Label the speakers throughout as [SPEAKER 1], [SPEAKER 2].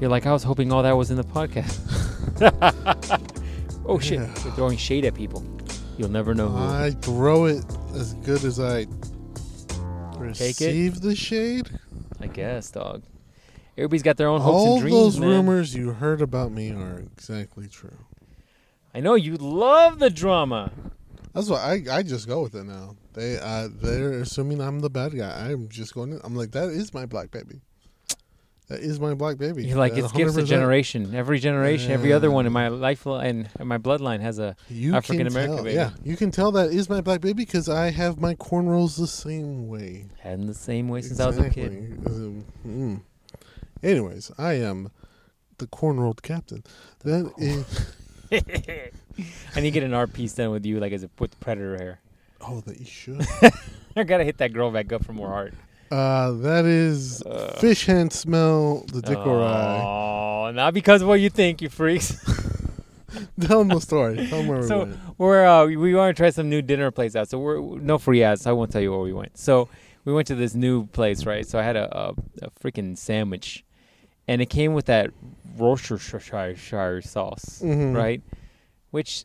[SPEAKER 1] You're like, I was hoping all that was in the podcast. oh shit,
[SPEAKER 2] Yeah.
[SPEAKER 1] we're throwing shade at people. You'll never know who.
[SPEAKER 2] I throw it as good as I
[SPEAKER 1] Take Uh-huh. it?
[SPEAKER 2] receive the shade.
[SPEAKER 1] I guess, dog. Everybody's got their own hopes
[SPEAKER 2] All
[SPEAKER 1] and dreams.
[SPEAKER 2] those
[SPEAKER 1] man.
[SPEAKER 2] rumors you heard about me are exactly true.
[SPEAKER 1] I know you love the drama.
[SPEAKER 2] That's why I, I just go with it now. They uh, they're assuming I'm the bad guy. I'm just going. In, I'm like that is my black baby. That is my black baby. Uh,
[SPEAKER 1] You're like,
[SPEAKER 2] That
[SPEAKER 1] it's gifts of
[SPEAKER 2] 100%.
[SPEAKER 1] generation. Every generation, every other
[SPEAKER 2] Yeah.
[SPEAKER 1] one in my life and in my bloodline has a.
[SPEAKER 2] You can
[SPEAKER 1] African-American
[SPEAKER 2] tell-
[SPEAKER 1] baby.
[SPEAKER 2] Yeah, you can tell that is my black baby because I have my cornrows the same way.
[SPEAKER 1] Had in the same way since I was a kid.
[SPEAKER 2] Um, mm. Anyways, I am the cornrowed captain. That is.
[SPEAKER 1] I need to get an art piece done with you, like as a with predator hair.
[SPEAKER 2] Oh, that you should.
[SPEAKER 1] I gotta hit that girl back up for more art.
[SPEAKER 2] uh, that is
[SPEAKER 1] Uh.
[SPEAKER 2] fish hand smell the dick or eye.
[SPEAKER 1] Oh, not because of what you think, you freaks.
[SPEAKER 2] Tell them the story. Tell them where
[SPEAKER 1] So-
[SPEAKER 2] we went.
[SPEAKER 1] we're uh, we want to try some new dinner place out. So we're no free ads. I won't tell you where we went. So we went to this new place, right? So I had a a, a freaking sandwich, and it came with that Worcestershire sauce,
[SPEAKER 2] Mhm.
[SPEAKER 1] right? Which,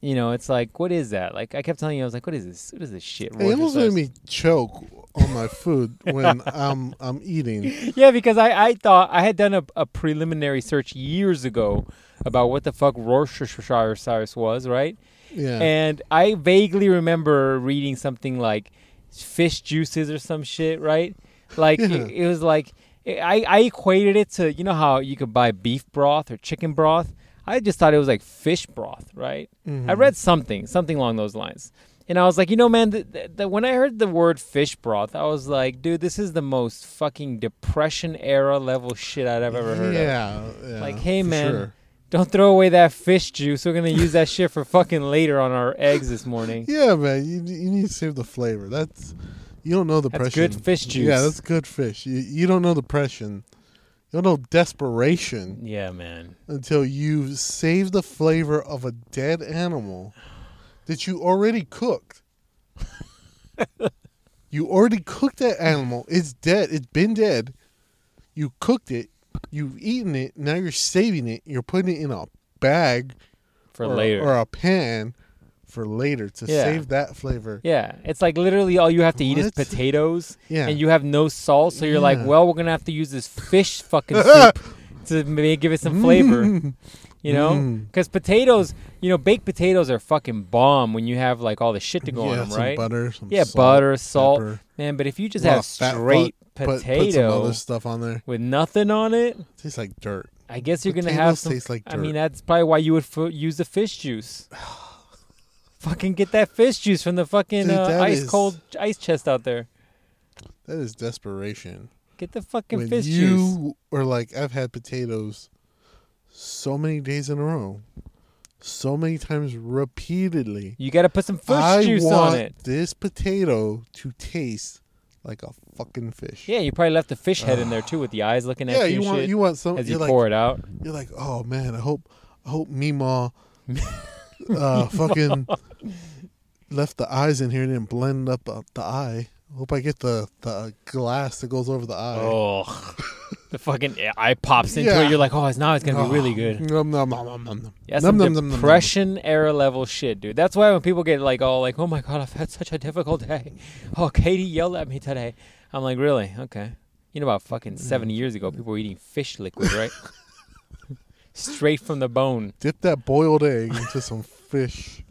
[SPEAKER 1] you know, it's like, what is that? Like I kept telling you, I was like, what is this? What is this shit?
[SPEAKER 2] It almost
[SPEAKER 1] Worcestershire
[SPEAKER 2] made me choke on my food when I'm I'm eating.
[SPEAKER 1] yeah, because I, I thought I had done a, a preliminary search years ago about what the fuck Worcestershire sauce was, right?
[SPEAKER 2] Yeah.
[SPEAKER 1] And I vaguely remember reading something like fish juices or some shit, right? Like
[SPEAKER 2] Yeah.
[SPEAKER 1] it, it was like I, I equated it to you know how you could buy beef broth or chicken broth. I just thought it was like fish broth, right? I
[SPEAKER 2] Mhm.
[SPEAKER 1] read something, something along those lines. And I was like, you know, man, th- th- th- when I heard the word fish broth, I was like, dude, this is the most fucking depression era level shit I've ever heard of.
[SPEAKER 2] yeah, yeah.
[SPEAKER 1] Like, hey,
[SPEAKER 2] for
[SPEAKER 1] man.
[SPEAKER 2] sure.
[SPEAKER 1] Don't throw away that fish juice. We're going to use that shit for fucking later on our eggs this morning.
[SPEAKER 2] Yeah, man. You you need to save the flavor. That's you don't know the
[SPEAKER 1] That's
[SPEAKER 2] pressure.
[SPEAKER 1] good fish juice.
[SPEAKER 2] Yeah, that's good fish. You, you don't know depression. You don't know desperation
[SPEAKER 1] Yeah, man.
[SPEAKER 2] until you save the flavor of a dead animal that you already cooked. you already cooked that animal. It's dead. It's been dead. You cooked it. You've eaten it. Now you're saving it. You're putting it in a bag
[SPEAKER 1] For
[SPEAKER 2] or,
[SPEAKER 1] later.
[SPEAKER 2] or a pan for later to
[SPEAKER 1] Yeah.
[SPEAKER 2] save that flavor.
[SPEAKER 1] yeah, it's like literally all you have to eat is
[SPEAKER 2] What?
[SPEAKER 1] potatoes,
[SPEAKER 2] Yeah.
[SPEAKER 1] and you have no salt. So you're like,
[SPEAKER 2] Yeah.
[SPEAKER 1] well, we're gonna have to use this fish fucking soup to ma- give it some flavor.
[SPEAKER 2] Mm.
[SPEAKER 1] You know,
[SPEAKER 2] Mm.
[SPEAKER 1] because potatoes, you know, baked potatoes are fucking bomb when you have like all the shit to go
[SPEAKER 2] yeah,
[SPEAKER 1] on them,
[SPEAKER 2] some
[SPEAKER 1] right?
[SPEAKER 2] butter, some
[SPEAKER 1] yeah,
[SPEAKER 2] salt,
[SPEAKER 1] butter, salt,
[SPEAKER 2] pepper.
[SPEAKER 1] man. But if you just
[SPEAKER 2] Lot
[SPEAKER 1] have
[SPEAKER 2] of fat
[SPEAKER 1] straight
[SPEAKER 2] Put,
[SPEAKER 1] potato
[SPEAKER 2] put some other stuff on there.
[SPEAKER 1] with nothing on it,
[SPEAKER 2] Tastes like dirt.
[SPEAKER 1] I guess you're gonna
[SPEAKER 2] Potatoes
[SPEAKER 1] have some
[SPEAKER 2] taste like dirt.
[SPEAKER 1] I mean, that's probably why you would f- use the fish juice. fucking get that fish juice from the fucking
[SPEAKER 2] Dude,
[SPEAKER 1] uh,
[SPEAKER 2] that
[SPEAKER 1] ice
[SPEAKER 2] is-
[SPEAKER 1] cold ice chest out there.
[SPEAKER 2] that is desperation.
[SPEAKER 1] Get the uh, fucking
[SPEAKER 2] when
[SPEAKER 1] fish juice.
[SPEAKER 2] you are like, I've had potatoes so many days in a row, so many times repeatedly.
[SPEAKER 1] You got to put some fish
[SPEAKER 2] I
[SPEAKER 1] juice
[SPEAKER 2] want
[SPEAKER 1] on it.
[SPEAKER 2] this potato to taste like a fucking fish.
[SPEAKER 1] Yeah, you probably left the fish head in there too, with the eyes looking at
[SPEAKER 2] Yeah,
[SPEAKER 1] you,
[SPEAKER 2] you
[SPEAKER 1] and
[SPEAKER 2] want
[SPEAKER 1] shit
[SPEAKER 2] you want some.
[SPEAKER 1] as
[SPEAKER 2] you're
[SPEAKER 1] you
[SPEAKER 2] like,
[SPEAKER 1] pour it out.
[SPEAKER 2] You're like, oh man, I hope, I hope Meemaw, uh, fucking left the eyes in here and didn't blend up uh, the eye. Hope I get the the glass that goes over the eye.
[SPEAKER 1] Oh, the fucking e-, eye pops into
[SPEAKER 2] Yeah.
[SPEAKER 1] it. You're like, oh, it's now it's gonna
[SPEAKER 2] Oh,
[SPEAKER 1] be really good.
[SPEAKER 2] Nom, nom, nom, nom, nom, nom.
[SPEAKER 1] Yeah,
[SPEAKER 2] Nom,
[SPEAKER 1] some
[SPEAKER 2] nom, nom, nom, nom.
[SPEAKER 1] depression era level shit, dude. That's why when people get like all like, "Oh my god, I've had such a difficult day." Oh, Katie yelled at me today. I'm like, really? Okay. You know, about
[SPEAKER 2] Mm.
[SPEAKER 1] fucking seventy years ago, people were eating fish liquid, right? Straight from the bone.
[SPEAKER 2] Dip that boiled egg into some fish.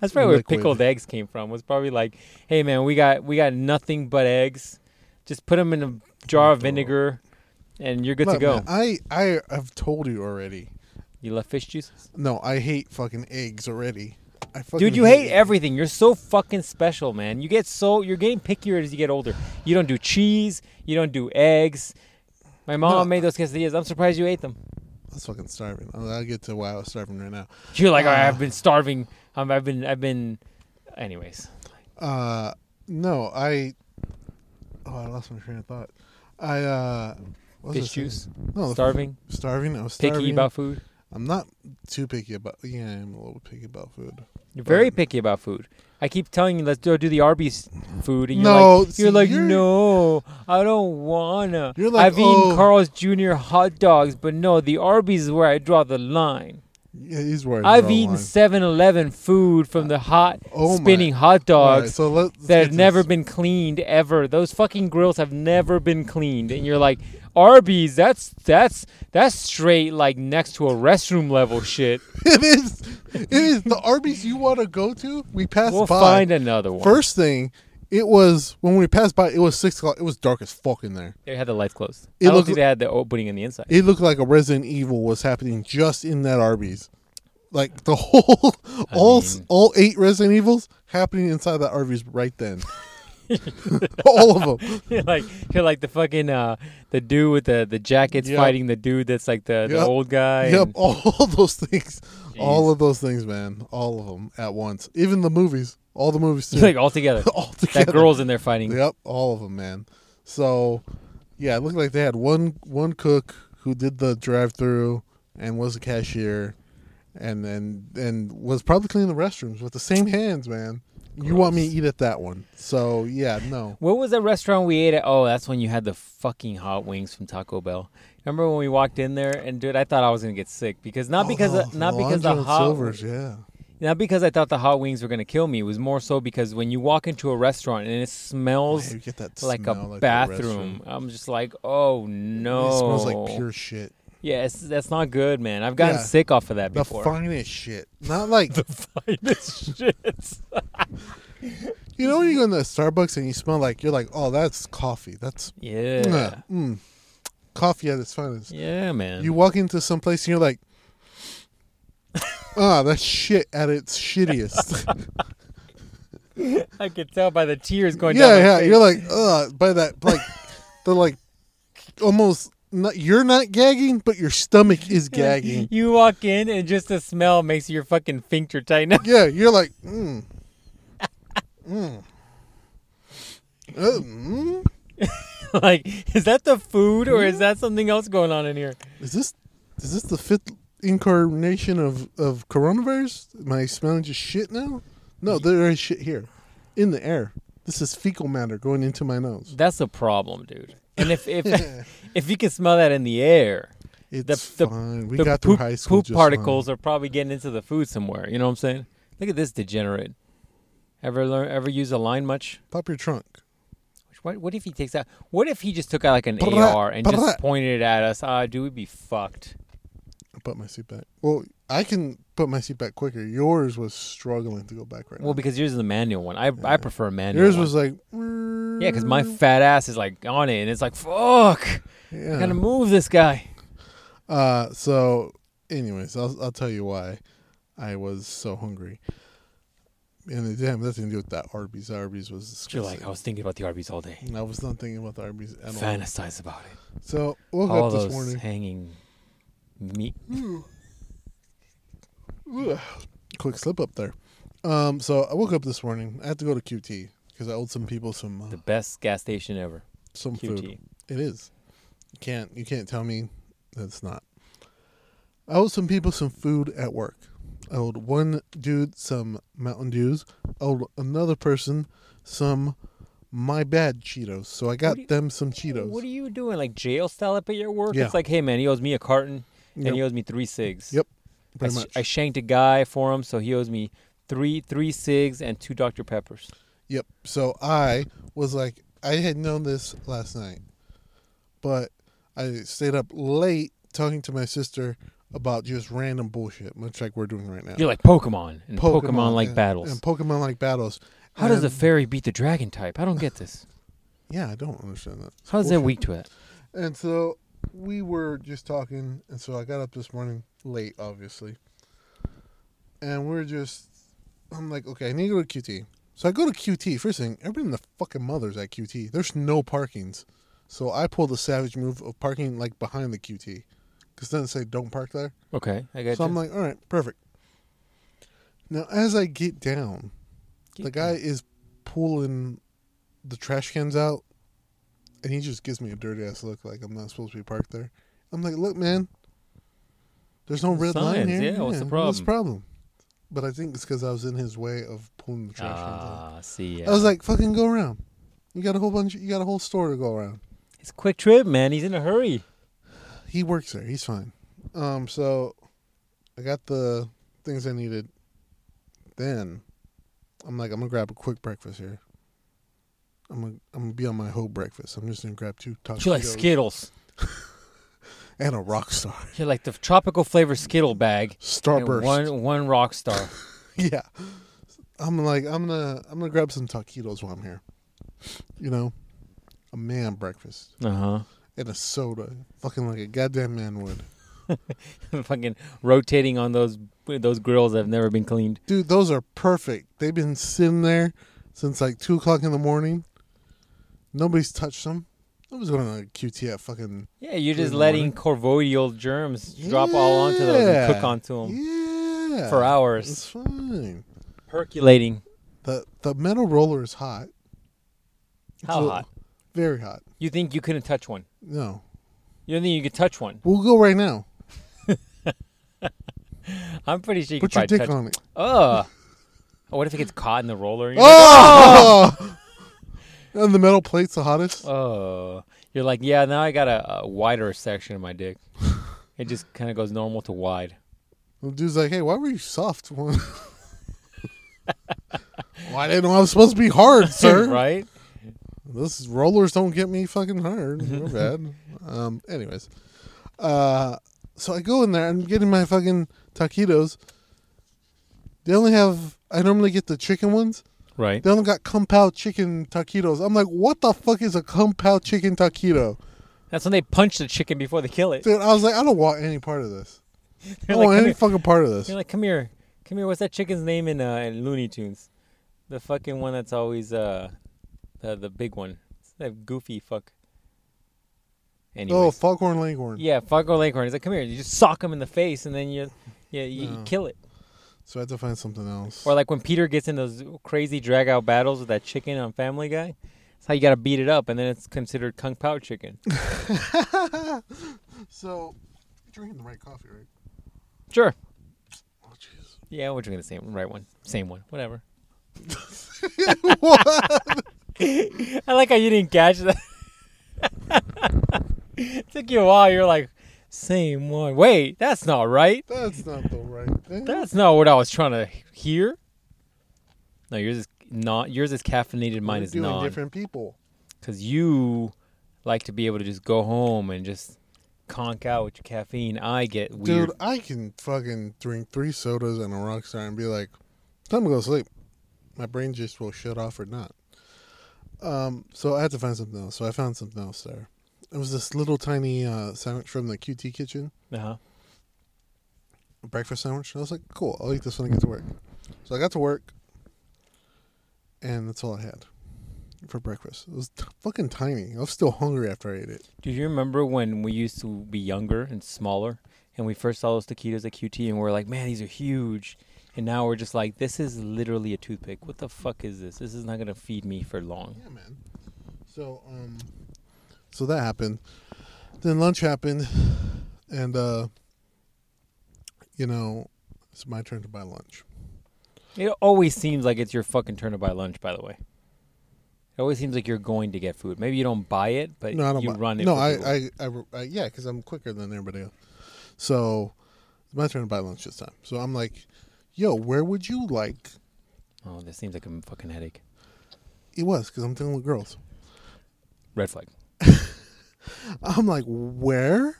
[SPEAKER 1] That's probably
[SPEAKER 2] Liquid.
[SPEAKER 1] where pickled eggs came from. Was probably like, hey man, we got we got nothing but eggs. Just put them in a jar of
[SPEAKER 2] Throw 'em.
[SPEAKER 1] vinegar, and you're good to
[SPEAKER 2] Look,
[SPEAKER 1] go.
[SPEAKER 2] man, I I have told you already.
[SPEAKER 1] you love fish juices,
[SPEAKER 2] No, I hate fucking eggs already. I fucking
[SPEAKER 1] dude. You hate
[SPEAKER 2] eggs.
[SPEAKER 1] everything. You're so fucking special, man. You get so you're getting pickier as you get older. You don't do cheese. You don't do eggs. My mom
[SPEAKER 2] No.
[SPEAKER 1] made those quesadillas. I'm surprised you ate them.
[SPEAKER 2] I was fucking starving. I'll, I'll get to why I was starving right now.
[SPEAKER 1] You're like, "Oh,
[SPEAKER 2] Ah.
[SPEAKER 1] I've been starving. Um, I've been, I've been. Anyways,
[SPEAKER 2] Uh, no, I. Oh, I lost my train of thought. I uh, what was
[SPEAKER 1] fish
[SPEAKER 2] I saying?
[SPEAKER 1] juice,
[SPEAKER 2] No, the f-
[SPEAKER 1] starving,
[SPEAKER 2] starving. I was starving.
[SPEAKER 1] picky about food.
[SPEAKER 2] I'm not too picky about. Yeah, I'm a little picky about food.
[SPEAKER 1] You're very
[SPEAKER 2] Right.
[SPEAKER 1] picky about food. I keep telling you, let's do, do the Arby's food, and you're
[SPEAKER 2] No,
[SPEAKER 1] like, you're
[SPEAKER 2] see,
[SPEAKER 1] like,
[SPEAKER 2] you're-
[SPEAKER 1] no, I don't wanna.
[SPEAKER 2] You're like,
[SPEAKER 1] I've eaten
[SPEAKER 2] "Oh."
[SPEAKER 1] Carl's Jr. hot dogs, but no, the Arby's is where I draw the line.
[SPEAKER 2] Yeah, he's worried.
[SPEAKER 1] I've
[SPEAKER 2] about
[SPEAKER 1] eaten
[SPEAKER 2] wine.
[SPEAKER 1] 7-Eleven food from the hot
[SPEAKER 2] Oh my-
[SPEAKER 1] spinning hot
[SPEAKER 2] All right,
[SPEAKER 1] dogs
[SPEAKER 2] so let's
[SPEAKER 1] that
[SPEAKER 2] get
[SPEAKER 1] have
[SPEAKER 2] to
[SPEAKER 1] never
[SPEAKER 2] this.
[SPEAKER 1] been cleaned ever. Those fucking grills have never been cleaned, and you're like, Arby's, that's that's that's straight like next to a restroom level shit.
[SPEAKER 2] It is. It is the Arby's you want to go to. We passed
[SPEAKER 1] we'll
[SPEAKER 2] by.
[SPEAKER 1] find another one.
[SPEAKER 2] First thing, it was when we passed by. It was six o'clock. It was dark as fuck in there.
[SPEAKER 1] They had the lights closed.
[SPEAKER 2] It
[SPEAKER 1] I don't
[SPEAKER 2] looked
[SPEAKER 1] think they had the opening on the inside.
[SPEAKER 2] It looked like a Resident Evil was happening just in that Arby's. Like the whole, all
[SPEAKER 1] mean-
[SPEAKER 2] all eight Resident Evils happening inside that Arby's right then. all of them.
[SPEAKER 1] you're like you're like the fucking uh, the dude with the the jackets
[SPEAKER 2] Yep.
[SPEAKER 1] fighting the dude that's like the, the
[SPEAKER 2] Yep.
[SPEAKER 1] old guy.
[SPEAKER 2] Yep,
[SPEAKER 1] and-
[SPEAKER 2] all those things,
[SPEAKER 1] Jeez.
[SPEAKER 2] all of those things, man, all of them at once. Even the movies, all the movies too,
[SPEAKER 1] like all together.
[SPEAKER 2] all together.
[SPEAKER 1] that girl's in there fighting.
[SPEAKER 2] Yep, all of them, man. So, yeah, it looked like they had one one cook who did the drive-through and was a cashier, and then and was probably cleaning the restrooms with the same hands, man. You want me to eat at that one? So yeah, no.
[SPEAKER 1] What was that restaurant we ate at? Oh, that's when you had the fucking hot wings from Taco Bell. Remember when we walked in there and dude, I thought I was gonna get sick because not because
[SPEAKER 2] Oh,
[SPEAKER 1] the- not because the
[SPEAKER 2] Alonzo and
[SPEAKER 1] hot
[SPEAKER 2] Silvers, yeah.
[SPEAKER 1] not because I thought the hot wings were gonna kill me. It was more so because when you walk into a restaurant and it
[SPEAKER 2] Yeah,
[SPEAKER 1] smells
[SPEAKER 2] you get that
[SPEAKER 1] like a
[SPEAKER 2] smell, like the
[SPEAKER 1] bathroom, I'm just like, oh no,
[SPEAKER 2] It smells like pure shit.
[SPEAKER 1] Yes, that's not good, man. I've gotten
[SPEAKER 2] Yeah.
[SPEAKER 1] sick off of that
[SPEAKER 2] The
[SPEAKER 1] before.
[SPEAKER 2] finest shit. Not like
[SPEAKER 1] finest shit.
[SPEAKER 2] you know when you go into Starbucks and you smell like you're like, oh, that's coffee. That's
[SPEAKER 1] Yeah.
[SPEAKER 2] mm, coffee at its finest.
[SPEAKER 1] Yeah, man.
[SPEAKER 2] You walk into some place and you're like, ah, that's shit at its shittiest.
[SPEAKER 1] I could tell by the tears going down.
[SPEAKER 2] yeah,
[SPEAKER 1] my
[SPEAKER 2] yeah.
[SPEAKER 1] face.
[SPEAKER 2] You're like, ugh, by that, like, the like, almost. Not, you're not gagging, but your stomach is gagging.
[SPEAKER 1] You walk in and just the smell makes your fucking sphincter tighten up.
[SPEAKER 2] Yeah, you're like, mm, mm, Uh, mm.
[SPEAKER 1] like, is that the food or is that something else going on in here?
[SPEAKER 2] Is this is this the fifth incarnation of of coronavirus? Am I smelling just shit now? No, there is shit here, in the air. This is fecal matter going into my nose.
[SPEAKER 1] That's a problem, dude. And if if if you can smell that in the air,
[SPEAKER 2] It's
[SPEAKER 1] the-
[SPEAKER 2] fine. We
[SPEAKER 1] the
[SPEAKER 2] got
[SPEAKER 1] poop,
[SPEAKER 2] through high school.
[SPEAKER 1] poop
[SPEAKER 2] just
[SPEAKER 1] particles are probably getting into the food somewhere. You know what I'm saying? Look at this degenerate. Ever learn? Ever use a line much?
[SPEAKER 2] Fine. Pop your trunk.
[SPEAKER 1] What, what if he takes out? What if he just took out like an
[SPEAKER 2] Brrrr,
[SPEAKER 1] AR and
[SPEAKER 2] brrrr.
[SPEAKER 1] just pointed it at us? Ah, dude, we'd be fucked.
[SPEAKER 2] I put my seat back. Well, I can put my seat back quicker. Yours was struggling to go back right
[SPEAKER 1] Well,
[SPEAKER 2] now.
[SPEAKER 1] because yours is a manual one. I I prefer a manual.
[SPEAKER 2] Yours
[SPEAKER 1] one.
[SPEAKER 2] was like.
[SPEAKER 1] yeah, because my fat ass is like on it, and it's like fuck. I
[SPEAKER 2] Yeah.
[SPEAKER 1] gotta move this guy.
[SPEAKER 2] Uh, so, anyways, I'll, I'll tell you why I was so hungry. And it didn't have nothing to do with that Arby's. Arby's was disgusting.
[SPEAKER 1] You're like I was thinking about the Arby's all day.
[SPEAKER 2] I was not thinking about the Arby's at all.
[SPEAKER 1] Fantasize about it.
[SPEAKER 2] So, woke
[SPEAKER 1] all
[SPEAKER 2] up this
[SPEAKER 1] those
[SPEAKER 2] morning.
[SPEAKER 1] hanging meat.
[SPEAKER 2] Quick slip up there. Um, so I woke up this morning. I had to go to QT because I owed some people some uh,
[SPEAKER 1] The best gas station ever.
[SPEAKER 2] some food.
[SPEAKER 1] QT.
[SPEAKER 2] It is. You can't you can't tell me that it's not. I owed some people some food at work. I owed one dude some Mountain Dews. I owed another person some my bad Cheetos. So I got
[SPEAKER 1] do you-
[SPEAKER 2] them some Cheetos.
[SPEAKER 1] What are you doing? Like jail style up at your work?
[SPEAKER 2] Yeah.
[SPEAKER 1] It's like, hey man, he owes me a carton and
[SPEAKER 2] Yep.
[SPEAKER 1] he owes me three cigs.
[SPEAKER 2] Yep.
[SPEAKER 1] I,
[SPEAKER 2] Pretty
[SPEAKER 1] sh-
[SPEAKER 2] much.
[SPEAKER 1] I shanked a guy for him, so he owes me three three cigs and two Dr Peppers.
[SPEAKER 2] Yep. So I was like, I had known this last night, but I stayed up late talking to my sister about just random bullshit, much like we're doing right now.
[SPEAKER 1] You're like Pokemon and Pokemon, like
[SPEAKER 2] and-
[SPEAKER 1] battles.
[SPEAKER 2] and Pokemon like battles.
[SPEAKER 1] How does the
[SPEAKER 2] And-
[SPEAKER 1] fairy beat the dragon type? I don't get this.
[SPEAKER 2] Yeah, I don't understand that. It's
[SPEAKER 1] How is that
[SPEAKER 2] bullshit.
[SPEAKER 1] weak to it?
[SPEAKER 2] And so we were just talking, and so I got up this morning late, obviously. And we are just, I'm like, okay, I need to go to QT. So I go to QT. First thing, everybody in the fucking mothers at QT. There's no parkings. So I pulled the savage move of parking like behind the QT, because doesn't say don't park there.
[SPEAKER 1] Okay, I got
[SPEAKER 2] So
[SPEAKER 1] you.
[SPEAKER 2] I'm like, all right, perfect. Now as I get down, the guy is pulling the trash cans out, and he just gives me a dirty ass look, like I'm not supposed to be parked there. I'm like, look, man, There's no red line
[SPEAKER 1] Signs,
[SPEAKER 2] here.
[SPEAKER 1] yeah, what's the
[SPEAKER 2] What's
[SPEAKER 1] problem?
[SPEAKER 2] the problem? But I think it's because I was in his way of pulling the trash. cans out.
[SPEAKER 1] Ah, see,
[SPEAKER 2] I was
[SPEAKER 1] yeah.
[SPEAKER 2] like, fucking go around. You got a whole bunch. You got a whole store to go around.
[SPEAKER 1] it's a quick trip, man. He's in a hurry.
[SPEAKER 2] He works there. He's fine. Um, so I got the things I needed. Then I'm like, I'm gonna grab a quick breakfast here. I'm gonna, I'm gonna be on my whole breakfast. I'm just gonna grab two tacos
[SPEAKER 1] You're like Skittles.
[SPEAKER 2] and a rock star
[SPEAKER 1] You're like the tropical flavor Skittle bag. and
[SPEAKER 2] starburst.
[SPEAKER 1] One one rock star.
[SPEAKER 2] yeah. I'm like, I'm gonna, I'm gonna grab some taquitos while I'm here. You know, a man breakfast
[SPEAKER 1] uh
[SPEAKER 2] and a soda, fucking like a goddamn man would.
[SPEAKER 1] huh. Fucking rotating on those those grills that have never been cleaned.
[SPEAKER 2] Dude, those are perfect. They've been sitting there since like two o'clock in the morning. Nobody's touched them. I was going to QTF fucking
[SPEAKER 1] Yeah, you're
[SPEAKER 2] Good
[SPEAKER 1] just letting corvoidal germs drop all onto those
[SPEAKER 2] Yeah.
[SPEAKER 1] and cook onto them
[SPEAKER 2] yeah
[SPEAKER 1] Um, for
[SPEAKER 2] It's
[SPEAKER 1] hours,
[SPEAKER 2] fine.
[SPEAKER 1] percolating.
[SPEAKER 2] the The metal roller is hot. It's
[SPEAKER 1] How
[SPEAKER 2] a-
[SPEAKER 1] hot?
[SPEAKER 2] Very hot.
[SPEAKER 1] You think you couldn't touch one?
[SPEAKER 2] No,
[SPEAKER 1] You don't think you could touch one?
[SPEAKER 2] we'll go right now.
[SPEAKER 1] I'm pretty sure you
[SPEAKER 2] Put
[SPEAKER 1] could
[SPEAKER 2] your
[SPEAKER 1] probably
[SPEAKER 2] dick
[SPEAKER 1] touch.
[SPEAKER 2] on it.
[SPEAKER 1] Ugh. Oh, what if it gets caught in the roller? and You're like,
[SPEAKER 2] Oh! and the metal plate's the hottest.
[SPEAKER 1] oh. You're like, yeah. Now I got a, a wider section of my dick. it just kind of goes normal to wide.
[SPEAKER 2] The dude's like, "Hey, why were you soft?" Why didn't I was supposed to be hard, sir?
[SPEAKER 1] right?
[SPEAKER 2] This rollers don't get me fucking hard. You're bad. Um, anyways, uh, so I go in there. I'm getting my fucking taquitos. They only have. I normally get the chicken ones.
[SPEAKER 1] Right.
[SPEAKER 2] They only got kung pao chicken taquitos. I'm like, what the fuck is a kung pao chicken taquito,
[SPEAKER 1] That's when they punch the chicken before they kill it.
[SPEAKER 2] dude? I was like, I don't want any part of this. Oh, I
[SPEAKER 1] You're like,
[SPEAKER 2] don't want
[SPEAKER 1] "Come
[SPEAKER 2] any
[SPEAKER 1] here."
[SPEAKER 2] fucking part of this.
[SPEAKER 1] You're like, come here, come here. What's that chicken's name in uh, in Looney Tunes? The fucking one that's always uh, the the big one. It's that goofy fuck.
[SPEAKER 2] oh,
[SPEAKER 1] Anyways.
[SPEAKER 2] foghorn leghorn.
[SPEAKER 1] yeah, fuck or Leghorn. He's like, come here. You just sock him in the face, and then you, yeah, you, you
[SPEAKER 2] No.
[SPEAKER 1] kill it.
[SPEAKER 2] So I had to find something else.
[SPEAKER 1] Or like when Peter gets in those crazy drag out battles with that chicken on Family Guy. That's how you gotta beat it up, and then it's considered kung pao chicken.
[SPEAKER 2] so you're drinking the right coffee, right?
[SPEAKER 1] sure.
[SPEAKER 2] Oh, jeez.
[SPEAKER 1] Yeah, we're drinking the same right one, same one, whatever. I like how you didn't catch that. Took you a while. You're like, same one. Wait, that's not right.
[SPEAKER 2] That's not the right thing.
[SPEAKER 1] That's not what I was trying to hear. No, yours is not. Yours is caffeinated. Mine
[SPEAKER 2] We're
[SPEAKER 1] is
[SPEAKER 2] doing
[SPEAKER 1] not.
[SPEAKER 2] different people.
[SPEAKER 1] Because you like to be able to just go home and just conk out with your caffeine. I get weird.
[SPEAKER 2] Dude, I can fucking drink three sodas and a rock star and be like, time to go to sleep. My brain just will shut off or not. Um, so I had to find something else. So I found something else there. It was this little tiny uh, sandwich from the QT kitchen,
[SPEAKER 1] Uh-huh.
[SPEAKER 2] a breakfast sandwich. I was like, cool, I'll eat this when I get to work. So I got to work, and that's all I had for breakfast. It was t- fucking tiny. I was still hungry after I ate it.
[SPEAKER 1] Do you remember when we used to be younger and smaller and we first saw those taquitos at QT and we are like, man, these are huge. And now we're just like, this is literally a toothpick. What the fuck is this? This is not going to feed me for long.
[SPEAKER 2] Yeah, man. So, um, so that happened. Then lunch happened, and uh, you know, it's my turn to buy lunch.
[SPEAKER 1] It always seems like it's your fucking turn to buy lunch, by the way. It always seems like you're going to get food. Maybe you don't buy it, but
[SPEAKER 2] No, I don't.
[SPEAKER 1] Uh, you
[SPEAKER 2] buy,
[SPEAKER 1] run it.
[SPEAKER 2] No,
[SPEAKER 1] for
[SPEAKER 2] I,
[SPEAKER 1] people.
[SPEAKER 2] I, I, I, yeah, because I'm quicker than everybody else. So, it's my turn to buy lunch this time. So I'm like, yo, where would you like?
[SPEAKER 1] Oh, this seems like a fucking headache.
[SPEAKER 2] It was because I'm dealing with girls.
[SPEAKER 1] Red flag.
[SPEAKER 2] I'm like, where?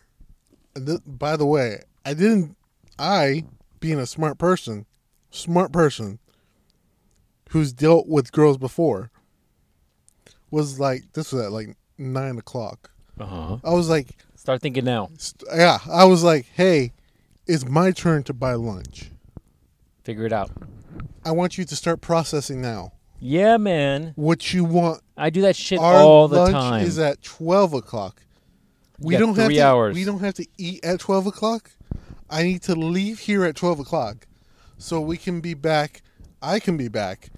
[SPEAKER 2] And th- by the way, I didn't. I, being a smart person, smart person, who's dealt with girls before, was like, this was at like nine o'clock.
[SPEAKER 1] Uh huh.
[SPEAKER 2] I was like,
[SPEAKER 1] Start thinking now.
[SPEAKER 2] st- yeah, I was like, hey, it's my turn to buy lunch.
[SPEAKER 1] Figure it out.
[SPEAKER 2] I want you to start processing now.
[SPEAKER 1] Yeah, man.
[SPEAKER 2] What you want?
[SPEAKER 1] I do that shit
[SPEAKER 2] Our
[SPEAKER 1] all the
[SPEAKER 2] lunch
[SPEAKER 1] time.
[SPEAKER 2] is at twelve o'clock.
[SPEAKER 1] You
[SPEAKER 2] We
[SPEAKER 1] got
[SPEAKER 2] don't have
[SPEAKER 1] three
[SPEAKER 2] to,
[SPEAKER 1] hours.
[SPEAKER 2] We don't have to eat at twelve o'clock. I need to leave here at twelve o'clock, so we can be back. I can be back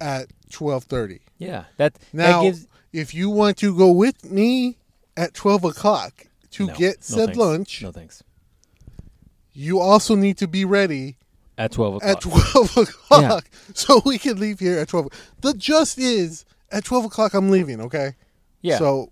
[SPEAKER 2] at twelve thirty.
[SPEAKER 1] Yeah, that
[SPEAKER 2] Now,
[SPEAKER 1] that gives
[SPEAKER 2] if you want to go with me at twelve o'clock to
[SPEAKER 1] No,
[SPEAKER 2] get
[SPEAKER 1] no
[SPEAKER 2] said
[SPEAKER 1] thanks.
[SPEAKER 2] lunch,
[SPEAKER 1] No thanks.
[SPEAKER 2] You also need to be ready
[SPEAKER 1] At 12 o'clock.
[SPEAKER 2] at 12 o'clock so we can leave here at 12. The just is at 12 o'clock, I'm leaving, okay?
[SPEAKER 1] yeah.
[SPEAKER 2] So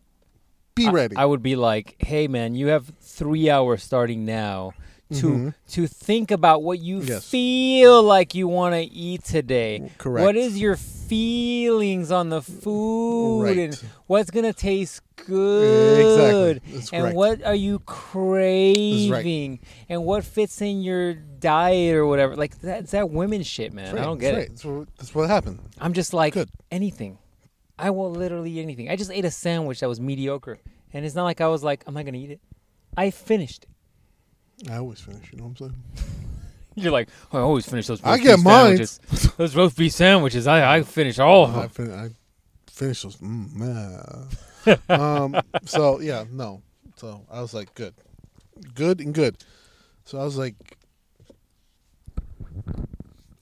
[SPEAKER 2] be
[SPEAKER 1] I-
[SPEAKER 2] ready.
[SPEAKER 1] I, would be like, hey, man, you have three hours starting now to
[SPEAKER 2] Mhm.
[SPEAKER 1] to think about what you
[SPEAKER 2] Yes.
[SPEAKER 1] feel like you want to eat today.
[SPEAKER 2] Correct.
[SPEAKER 1] What is your feelings on the food
[SPEAKER 2] Right.
[SPEAKER 1] and what's gonna taste good?
[SPEAKER 2] That's
[SPEAKER 1] and
[SPEAKER 2] correct.
[SPEAKER 1] what are you craving? And what fits in your diet or whatever? Like that's that women shit, man.
[SPEAKER 2] That's right,
[SPEAKER 1] I don't get
[SPEAKER 2] that's
[SPEAKER 1] it.
[SPEAKER 2] right. That's what, that's what happened.
[SPEAKER 1] I'm just like
[SPEAKER 2] Good.
[SPEAKER 1] anything. I will literally eat anything. I just ate a sandwich that was mediocre, and it's not like I was like, I'm not gonna eat it. I finished. it.
[SPEAKER 2] I always finish, you know what I'm saying?
[SPEAKER 1] You're like, oh, I always finish those.
[SPEAKER 2] I
[SPEAKER 1] roast
[SPEAKER 2] get
[SPEAKER 1] beef
[SPEAKER 2] mine.
[SPEAKER 1] sandwiches. those roast beef sandwiches. I I finish all of
[SPEAKER 2] I,
[SPEAKER 1] them.
[SPEAKER 2] fin- I finished those. Mm, nah. um, so yeah, no. So I was like, good, good and good. So I was like,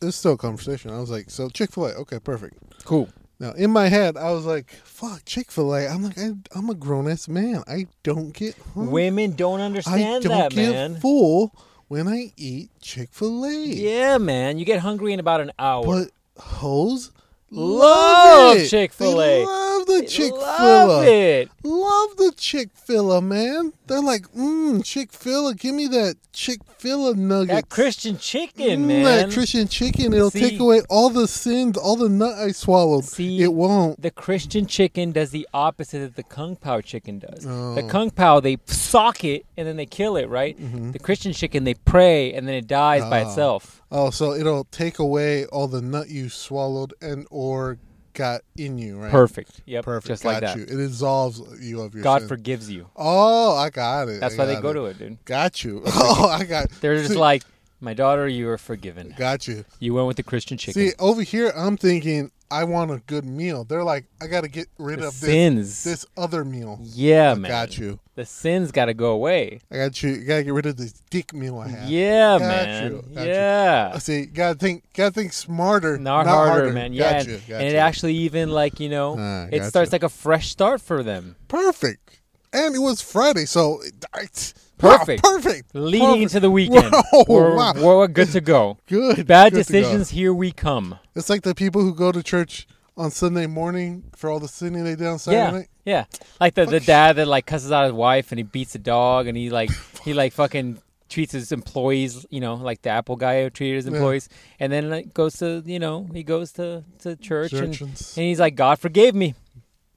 [SPEAKER 2] it's still a conversation. I was like, so Chick Fil A, okay, perfect.
[SPEAKER 1] Cool.
[SPEAKER 2] Now in my head, I was like, fuck Chick Fil A. I'm like, I, I'm a grown ass man. I don't get hungry.
[SPEAKER 1] Women don't
[SPEAKER 2] I
[SPEAKER 1] understand
[SPEAKER 2] don't
[SPEAKER 1] that,
[SPEAKER 2] get
[SPEAKER 1] man.
[SPEAKER 2] full when I eat Chick Fil A.
[SPEAKER 1] Yeah, man. You get hungry in about an hour.
[SPEAKER 2] But hoes
[SPEAKER 1] Love
[SPEAKER 2] it. They
[SPEAKER 1] Chick-fil-A.
[SPEAKER 2] Love the
[SPEAKER 1] They
[SPEAKER 2] Chick Fil
[SPEAKER 1] Love
[SPEAKER 2] A.
[SPEAKER 1] it.
[SPEAKER 2] Love the Chick Fil A, man. They're like, mmm, Chick Fil A. Give me that Chick Fil A nugget.
[SPEAKER 1] That Christian chicken, man.
[SPEAKER 2] That Christian chicken. It'll
[SPEAKER 1] See?
[SPEAKER 2] take away all the sins, all the nut I swallowed.
[SPEAKER 1] See?
[SPEAKER 2] it won't.
[SPEAKER 1] the Christian chicken does the opposite that the Kung Pao chicken does. The
[SPEAKER 2] Oh.
[SPEAKER 1] Kung Pao, they sock it and then they kill it, right? The Christian chicken, they pray and then it dies by
[SPEAKER 2] Mm-hmm. Ah.
[SPEAKER 1] itself.
[SPEAKER 2] Oh, so it'll take away all the nut you swallowed and or got in you, right?
[SPEAKER 1] Perfect. Yep.
[SPEAKER 2] Perfect.
[SPEAKER 1] Just
[SPEAKER 2] got
[SPEAKER 1] like that.
[SPEAKER 2] you. It dissolves you of your
[SPEAKER 1] God
[SPEAKER 2] sin.
[SPEAKER 1] forgives you.
[SPEAKER 2] Oh, I got it.
[SPEAKER 1] That's
[SPEAKER 2] I
[SPEAKER 1] why they
[SPEAKER 2] got
[SPEAKER 1] go
[SPEAKER 2] it.
[SPEAKER 1] to it, dude.
[SPEAKER 2] Got you. Oh, I got.
[SPEAKER 1] They're just
[SPEAKER 2] see,
[SPEAKER 1] like, my daughter, you are forgiven.
[SPEAKER 2] Got you.
[SPEAKER 1] You went with the Christian chicken.
[SPEAKER 2] See, over here, I'm thinking I want a good meal. They're like, I got to get rid
[SPEAKER 1] the
[SPEAKER 2] of this,
[SPEAKER 1] sins.
[SPEAKER 2] this other meal.
[SPEAKER 1] yeah, man.
[SPEAKER 2] Got you.
[SPEAKER 1] The sins got to go away.
[SPEAKER 2] I got you. Got to get rid of this dick meal I have.
[SPEAKER 1] Yeah,
[SPEAKER 2] Got
[SPEAKER 1] man.
[SPEAKER 2] you, got you.
[SPEAKER 1] yeah.
[SPEAKER 2] See, got to think. Got to think smarter,
[SPEAKER 1] not, harder, man. Yeah,
[SPEAKER 2] Got
[SPEAKER 1] and,
[SPEAKER 2] you. Got
[SPEAKER 1] and it
[SPEAKER 2] you.
[SPEAKER 1] actually even like you know,
[SPEAKER 2] Ah,
[SPEAKER 1] it
[SPEAKER 2] gotcha.
[SPEAKER 1] starts like a fresh start for them,
[SPEAKER 2] perfect. And it was Friday, so it- I- wow,
[SPEAKER 1] Perfect.
[SPEAKER 2] perfect.
[SPEAKER 1] leading
[SPEAKER 2] Perfect.
[SPEAKER 1] into the weekend.
[SPEAKER 2] Whoa,
[SPEAKER 1] we're,
[SPEAKER 2] wow.
[SPEAKER 1] we're good to go.
[SPEAKER 2] Good.
[SPEAKER 1] Bad
[SPEAKER 2] good to go.
[SPEAKER 1] decisions, here we come.
[SPEAKER 2] It's like the people who go to church on Sunday morning for all the sinning they did on Saturday
[SPEAKER 1] yeah,
[SPEAKER 2] night.
[SPEAKER 1] yeah. Like the, the
[SPEAKER 2] Fuck.
[SPEAKER 1] dad that like cusses out his wife and he beats the dog and he like he like fucking treats his employees, you know, like the Apple guy who treated his
[SPEAKER 2] Yeah.
[SPEAKER 1] employees, and then like goes to you know he goes to to church, and, and
[SPEAKER 2] Church
[SPEAKER 1] he's like, God forgave me.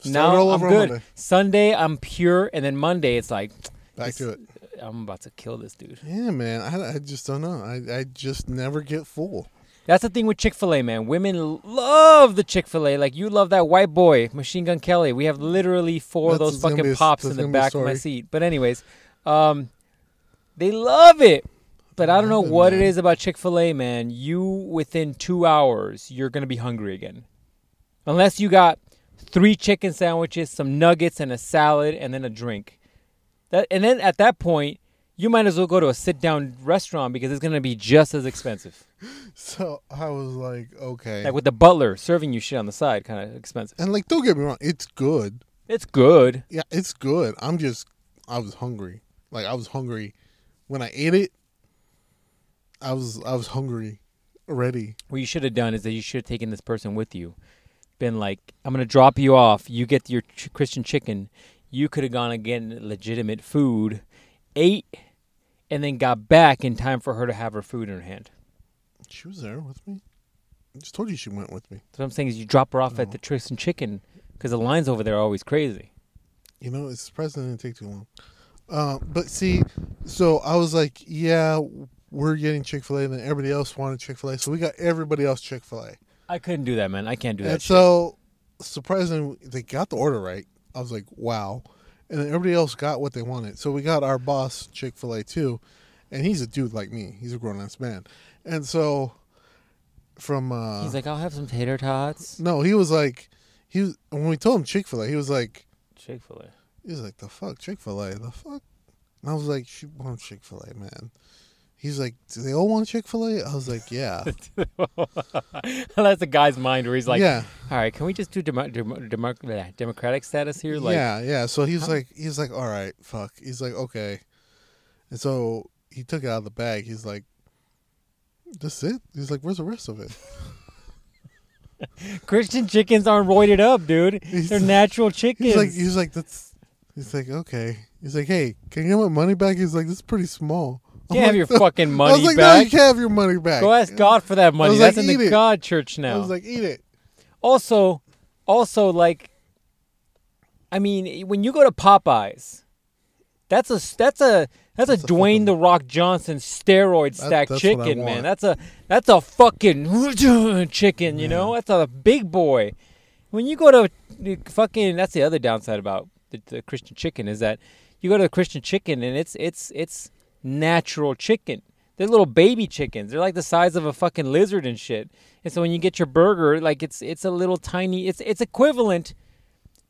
[SPEAKER 2] and
[SPEAKER 1] now
[SPEAKER 2] start all over
[SPEAKER 1] I'm
[SPEAKER 2] on
[SPEAKER 1] good.
[SPEAKER 2] Monday.
[SPEAKER 1] Sunday I'm pure, and then Monday it's like
[SPEAKER 2] Back to it.
[SPEAKER 1] I'm about to kill this dude.
[SPEAKER 2] Yeah, man. I, I just don't know. I, I just never get full.
[SPEAKER 1] That's the thing with Chick Fil A, man. Women love the Chick Fil A, like you love that white boy, Machine Gun Kelly. We have literally four of
[SPEAKER 2] That's-
[SPEAKER 1] those
[SPEAKER 2] that's gonna be
[SPEAKER 1] fucking
[SPEAKER 2] a-
[SPEAKER 1] pops
[SPEAKER 2] that's
[SPEAKER 1] in the
[SPEAKER 2] gonna be a
[SPEAKER 1] back of my
[SPEAKER 2] story.
[SPEAKER 1] seat. But anyways, um, they love it. But I don't know
[SPEAKER 2] Love it,
[SPEAKER 1] what it
[SPEAKER 2] man.
[SPEAKER 1] is about Chick Fil A, man. You within two hours, you're gonna be hungry again, unless you got three chicken sandwiches, some nuggets, and a salad, and then a drink. That and then at that point, you might as well go to a sit down restaurant because it's gonna be just as expensive
[SPEAKER 2] So I was like, okay.
[SPEAKER 1] like with the butler serving you shit on the side, kind of expensive.
[SPEAKER 2] and like, don't get me wrong. It's good.
[SPEAKER 1] It's good.
[SPEAKER 2] Yeah, it's good. I'm just, I was hungry. Like I was hungry when I ate it. I was, I was hungry already.
[SPEAKER 1] What you should have done is that you should have taken this person with you, been like, "I'm gonna drop you off. You get your ch- Christian chicken. You could have gone and get legitimate food, ate, and then got back in time for her to have her food in her hand."
[SPEAKER 2] She was there with me. I just told you she went with me.
[SPEAKER 1] So what I'm saying is, you drop her off at the Christian chicken because the lines over there are always crazy.
[SPEAKER 2] You know, it's surprising it didn't take too long. Uh, but see, so I was like, yeah, we're getting Chick Fil A, and then everybody else wanted Chick Fil A, so we got everybody else Chick Fil A.
[SPEAKER 1] I couldn't do that, man. I can't do that.
[SPEAKER 2] And
[SPEAKER 1] shit.
[SPEAKER 2] so, surprisingly, they got the order right. I was like, wow. And then everybody else got what they wanted. So we got our boss, Chick fil A, too. And he's a dude like me. He's a grown ass man. And so, from. Uh,
[SPEAKER 1] He's like, "I'll have some tater tots."
[SPEAKER 2] no, he was like, he was, when we told him Chick fil A, he was like,
[SPEAKER 1] Chick Fil A.
[SPEAKER 2] he was like, the fuck, Chick fil A, the fuck? And I was like, she wants Chick fil A, man. He's like, do they all want Chick fil A? I was like, yeah.
[SPEAKER 1] That's the guy's mind where he's like,
[SPEAKER 2] yeah.
[SPEAKER 1] All right, can we just do demo- demo- demo- bleh, democratic status here? Like,
[SPEAKER 2] yeah, yeah. So he's
[SPEAKER 1] Huh?
[SPEAKER 2] like, he's like, all right, fuck. He's like, okay. And so he took it out of the bag. He's like, "That's it." He's like, "Where's the rest of it?"
[SPEAKER 1] Christian chickens aren't roided up, dude.
[SPEAKER 2] He's-
[SPEAKER 1] They're natural chickens.
[SPEAKER 2] He's like, he's like, "That's." He's like, "Okay." He's like, "Hey, can you have my money back?" He's like, "This is pretty small." I'm
[SPEAKER 1] can't have
[SPEAKER 2] like,
[SPEAKER 1] your fucking
[SPEAKER 2] I was
[SPEAKER 1] money
[SPEAKER 2] like, "No, you
[SPEAKER 1] back.
[SPEAKER 2] can't have your money back."
[SPEAKER 1] Go ask God for that money.
[SPEAKER 2] was
[SPEAKER 1] That's
[SPEAKER 2] like,
[SPEAKER 1] in the
[SPEAKER 2] eat it.
[SPEAKER 1] God church
[SPEAKER 2] I
[SPEAKER 1] now.
[SPEAKER 2] was like, "Eat it."
[SPEAKER 1] also, also like, I mean, when you go to Popeyes, that's a that's a that's,
[SPEAKER 2] That's
[SPEAKER 1] a
[SPEAKER 2] a
[SPEAKER 1] Dwayne
[SPEAKER 2] fucking-
[SPEAKER 1] the Rock Johnson steroid stacked
[SPEAKER 2] that's what I
[SPEAKER 1] chicken, man.
[SPEAKER 2] want.
[SPEAKER 1] That's a that's a fucking chicken, you know. That's a big boy. When you go to the fucking, that's the other downside about the, the Christian chicken is that you go to the Christian chicken and it's it's it's natural chicken. They're little baby chickens. They're like the size of a fucking lizard and shit. And so when you get your burger, like it's it's a little tiny. It's it's equivalent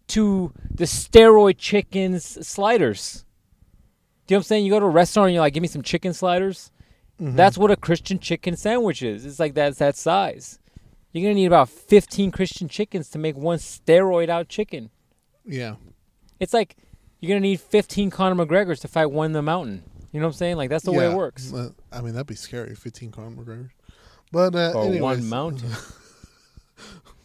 [SPEAKER 1] to the steroid chickens sliders. Do you know what I'm saying? You go to a restaurant and you're like, give me some chicken sliders.
[SPEAKER 2] Mm-hmm.
[SPEAKER 1] That's what a Christian chicken sandwich is. It's like that's that size. You're gonna need about 15 Christian chickens to make one steroid out chicken.
[SPEAKER 2] Yeah.
[SPEAKER 1] It's like you're gonna need 15 Conor McGregor's to fight one in the mountain. You know what I'm saying? Like that's the way
[SPEAKER 2] Yeah.
[SPEAKER 1] it works.
[SPEAKER 2] Uh, I mean, that'd be scary. Fifteen Conor McGregor. But uh,
[SPEAKER 1] Or
[SPEAKER 2] anyways,
[SPEAKER 1] one mountain.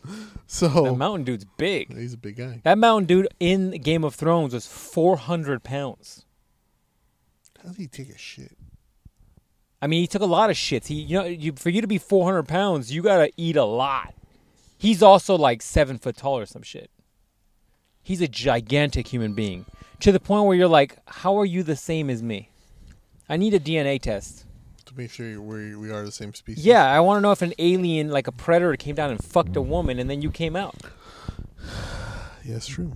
[SPEAKER 1] That
[SPEAKER 2] So
[SPEAKER 1] mountain dude's big.
[SPEAKER 2] he's a big guy.
[SPEAKER 1] That mountain dude in Game of Thrones was 400 pounds.
[SPEAKER 2] How does he take a shit?
[SPEAKER 1] I mean, he took a lot of shits. He, you know, you, for you to be 400 pounds, you gotta eat a lot. He's also like seven foot tall or some shit. He's a gigantic human being to the point where you're like, how are you the same as me? I need a DNA test.
[SPEAKER 2] To make sure we we are the same species.
[SPEAKER 1] Yeah, I want to know if an alien, like a predator, came down and fucked a woman, and then you came out.
[SPEAKER 2] Yeah, it's true.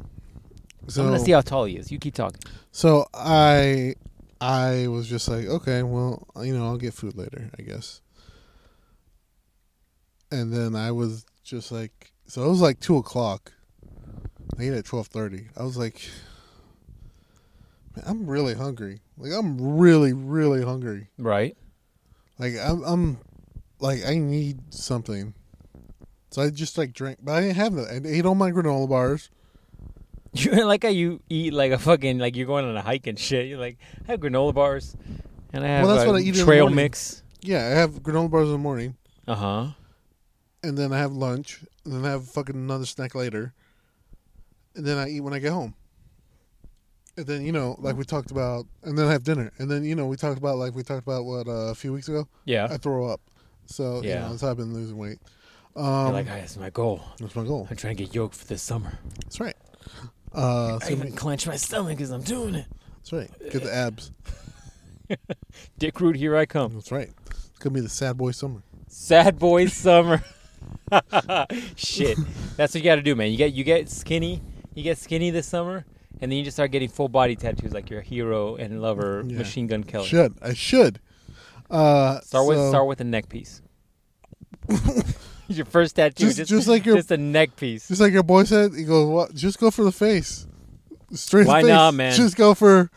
[SPEAKER 2] So
[SPEAKER 1] I'm gonna see how tall he is. You keep talking.
[SPEAKER 2] So I I was just like, okay, well, you know, I'll get food later, I guess. And then I was just like, so it was like two o'clock. I ate at twelve thirty. I was like, man, I'm really hungry. Like I'm really really hungry.
[SPEAKER 1] Right.
[SPEAKER 2] Like I'm I'm like I need something. So I just like drank, but I didn't have that. I ate all my granola bars.
[SPEAKER 1] You like how you eat like a fucking like you're going on a hike and shit. You're like, I have granola bars, and I have
[SPEAKER 2] Well, that's
[SPEAKER 1] uh,
[SPEAKER 2] what I eat in the
[SPEAKER 1] trail
[SPEAKER 2] morning.
[SPEAKER 1] mix.
[SPEAKER 2] Yeah, I have granola bars in the morning.
[SPEAKER 1] Uh huh.
[SPEAKER 2] and then I have lunch, and then I have fucking another snack later, and then I eat when I get home. And then you know, like we talked about, and then I have dinner, and then you know, we talked about like we talked about what uh, a few weeks ago.
[SPEAKER 1] Yeah.
[SPEAKER 2] I throw up, so yeah,
[SPEAKER 1] Yeah.
[SPEAKER 2] you know, that's how I've been losing weight.
[SPEAKER 1] You're
[SPEAKER 2] Um,
[SPEAKER 1] like, "Hey, that's my goal.
[SPEAKER 2] that's my goal.
[SPEAKER 1] I'm trying to get yoked for this summer.
[SPEAKER 2] That's right. Uh,
[SPEAKER 1] I
[SPEAKER 2] so
[SPEAKER 1] even
[SPEAKER 2] we-
[SPEAKER 1] clench my stomach as I'm doing it.
[SPEAKER 2] that's right. Get the abs.
[SPEAKER 1] Dick Root, here I come.
[SPEAKER 2] That's right. It's gonna be the sad boy summer.
[SPEAKER 1] Sad boy summer. Shit, that's what you got to do, man. You get you get skinny, you get skinny this summer, and then you just start getting full body tattoos like your hero and lover,
[SPEAKER 2] Yeah.
[SPEAKER 1] Machine Gun Kelly.
[SPEAKER 2] Should I should? Uh,
[SPEAKER 1] Start with
[SPEAKER 2] so-
[SPEAKER 1] start with a neck piece. your first tattoo,
[SPEAKER 2] Just-
[SPEAKER 1] just,
[SPEAKER 2] just like your-
[SPEAKER 1] just a neck piece.
[SPEAKER 2] Just like your boy said, he goes, "What? Just go for the face, straight
[SPEAKER 1] Why
[SPEAKER 2] face.
[SPEAKER 1] not, man?
[SPEAKER 2] Just go for,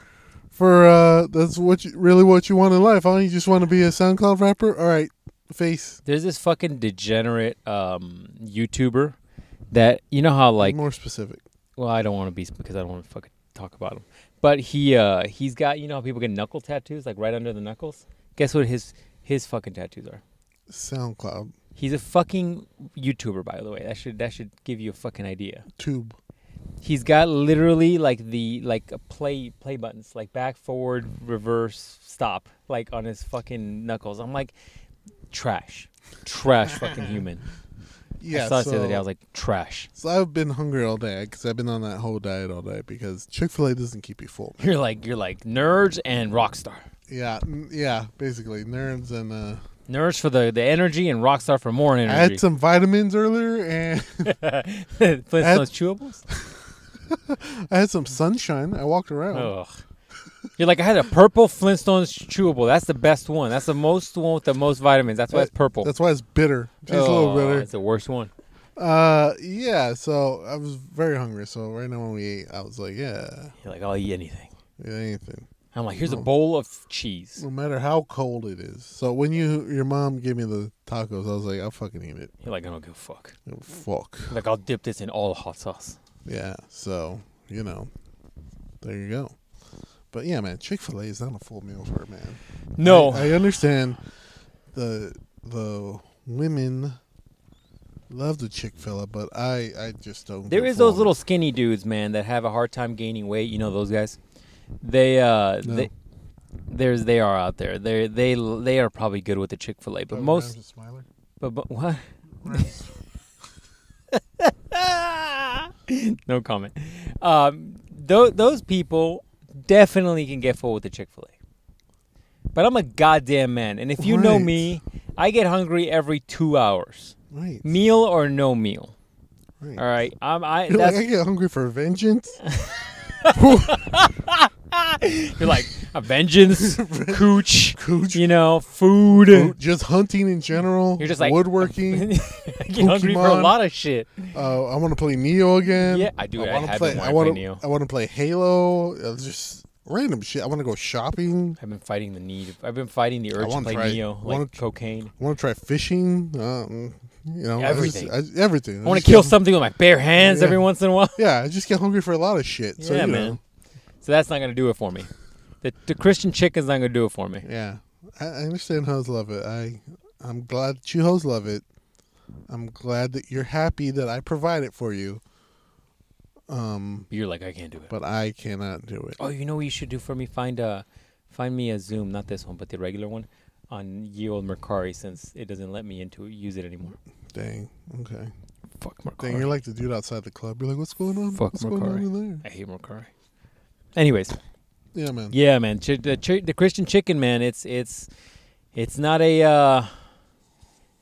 [SPEAKER 2] for uh, that's what you really what you want in life, huh? You just want to be a SoundCloud rapper, all right? Face,
[SPEAKER 1] There's this fucking degenerate um, YouTuber that you know how like
[SPEAKER 2] more specific.
[SPEAKER 1] well I don't want to be sp- because I don't want to fucking talk about him. But he uh, he's got you know how people get knuckle tattoos like right under the knuckles. Guess what his his fucking tattoos are.
[SPEAKER 2] SoundCloud
[SPEAKER 1] He's a fucking YouTuber, by the way. That should that should give you a fucking idea.
[SPEAKER 2] tube.
[SPEAKER 1] He's got literally like the like a play play buttons, like back, forward, reverse, stop, like on his fucking knuckles. I'm like, trash, trash, fucking human.
[SPEAKER 2] Yeah,
[SPEAKER 1] I saw
[SPEAKER 2] so,
[SPEAKER 1] this the other day. I was like, trash.
[SPEAKER 2] so I've been hungry all day because I've been on that whole diet all day because Chick Fil A doesn't keep you full.
[SPEAKER 1] You're like you're like nerds and rockstar.
[SPEAKER 2] Yeah, n- yeah, basically nerds and uh,
[SPEAKER 1] Nerds for the the energy and rockstar for more
[SPEAKER 2] I had
[SPEAKER 1] energy.
[SPEAKER 2] some vitamins earlier and
[SPEAKER 1] Flintstones
[SPEAKER 2] I had-
[SPEAKER 1] chewables.
[SPEAKER 2] I had some sunshine. I walked around.
[SPEAKER 1] Ugh. You're like I had a purple Flintstones chewable. That's the best one. That's the most one with the most vitamins. That's why it's purple.
[SPEAKER 2] That's why it's bitter. Tastes a little
[SPEAKER 1] Oh,
[SPEAKER 2] bitter.
[SPEAKER 1] It's the worst one.
[SPEAKER 2] Uh, yeah. So I was very hungry. So right now when we ate, I was like, yeah,
[SPEAKER 1] You're like I'll eat anything.
[SPEAKER 2] yeah, anything,
[SPEAKER 1] I'm like, here's a
[SPEAKER 2] No.
[SPEAKER 1] bowl of cheese.
[SPEAKER 2] no matter how cold it is. So when you your mom gave me the tacos, I was like, I'll fucking eat it. Oh,
[SPEAKER 1] You're like I don't give a fuck.
[SPEAKER 2] Fuck.
[SPEAKER 1] You're like I'll dip this in all hot sauce.
[SPEAKER 2] Yeah. So you know, there you go. But yeah, man, Chick Fil A is not a full meal for a man.
[SPEAKER 1] No.
[SPEAKER 2] I, I understand the the women love the Chick Fil A, but I I just don't.
[SPEAKER 1] There
[SPEAKER 2] go
[SPEAKER 1] is
[SPEAKER 2] for
[SPEAKER 1] those
[SPEAKER 2] it.
[SPEAKER 1] little skinny dudes, man, that have a hard time gaining weight. You know those guys. They uh,
[SPEAKER 2] No.
[SPEAKER 1] they, there's they are out there. They they they are probably good with the Chick Fil A, but
[SPEAKER 2] Oh,
[SPEAKER 1] most,
[SPEAKER 2] Ramses Smiler?
[SPEAKER 1] but, but what? no comment. Um, th- those people definitely can get full with the Chick Fil A. But I'm a goddamn man, and if you know
[SPEAKER 2] Right.
[SPEAKER 1] me, I get hungry every two hours,
[SPEAKER 2] Right.
[SPEAKER 1] meal or no meal.
[SPEAKER 2] right.
[SPEAKER 1] All right, I'm, I
[SPEAKER 2] You're like,
[SPEAKER 1] that's
[SPEAKER 2] I get hungry for vengeance.
[SPEAKER 1] You're like a vengeance, cooch,
[SPEAKER 2] Cooch.
[SPEAKER 1] you know, food.
[SPEAKER 2] Food, just hunting in general.
[SPEAKER 1] You're just like
[SPEAKER 2] woodworking.
[SPEAKER 1] I get hungry for a
[SPEAKER 2] Pokemon.
[SPEAKER 1] lot of shit.
[SPEAKER 2] uh, I want to play Neo again.
[SPEAKER 1] Yeah, I do. I,
[SPEAKER 2] wanna
[SPEAKER 1] have
[SPEAKER 2] play.
[SPEAKER 1] been
[SPEAKER 2] I
[SPEAKER 1] wanting to play
[SPEAKER 2] want
[SPEAKER 1] Neo.
[SPEAKER 2] I want to play Halo. Uh, just random shit. I want to go shopping.
[SPEAKER 1] I've been fighting the need. of- I've been fighting the urge to
[SPEAKER 2] wanna
[SPEAKER 1] play
[SPEAKER 2] try-
[SPEAKER 1] Neo,
[SPEAKER 2] I
[SPEAKER 1] like
[SPEAKER 2] wanna-
[SPEAKER 1] cocaine.
[SPEAKER 2] I want to try fishing. Um, you know, I just-
[SPEAKER 1] Everything.
[SPEAKER 2] I everything.
[SPEAKER 1] I want
[SPEAKER 2] just
[SPEAKER 1] to kill
[SPEAKER 2] get-
[SPEAKER 1] something with my bare hands
[SPEAKER 2] Yeah.
[SPEAKER 1] every once in a while.
[SPEAKER 2] Yeah, I just get hungry for a lot of shit. So,
[SPEAKER 1] yeah,
[SPEAKER 2] you know,
[SPEAKER 1] man. So that's not gonna do it for me. The, the Christian chicken's not gonna do it for me.
[SPEAKER 2] Yeah, I, I understand hoes love it. I, I'm glad that you hoes love it. I'm glad that you're happy that I provide it for you. Um,
[SPEAKER 1] You're like, I can't do it.
[SPEAKER 2] but I cannot do it.
[SPEAKER 1] Oh, you know what you should do for me? Find a, find me a Zoom, not this one, but the regular one, on ye old Mercari, since it doesn't let me into use it anymore.
[SPEAKER 2] Dang. Okay.
[SPEAKER 1] Fuck
[SPEAKER 2] Dang,
[SPEAKER 1] Mercari.
[SPEAKER 2] you're like the dude outside the club. You're like, what's going on?
[SPEAKER 1] Fuck
[SPEAKER 2] what's going on
[SPEAKER 1] Mercari.
[SPEAKER 2] in
[SPEAKER 1] I hate Mercari. Anyways,
[SPEAKER 2] there? Yeah, man.
[SPEAKER 1] yeah, man, chi- the, chi- the Christian chicken, man, it's it's it's not a uh,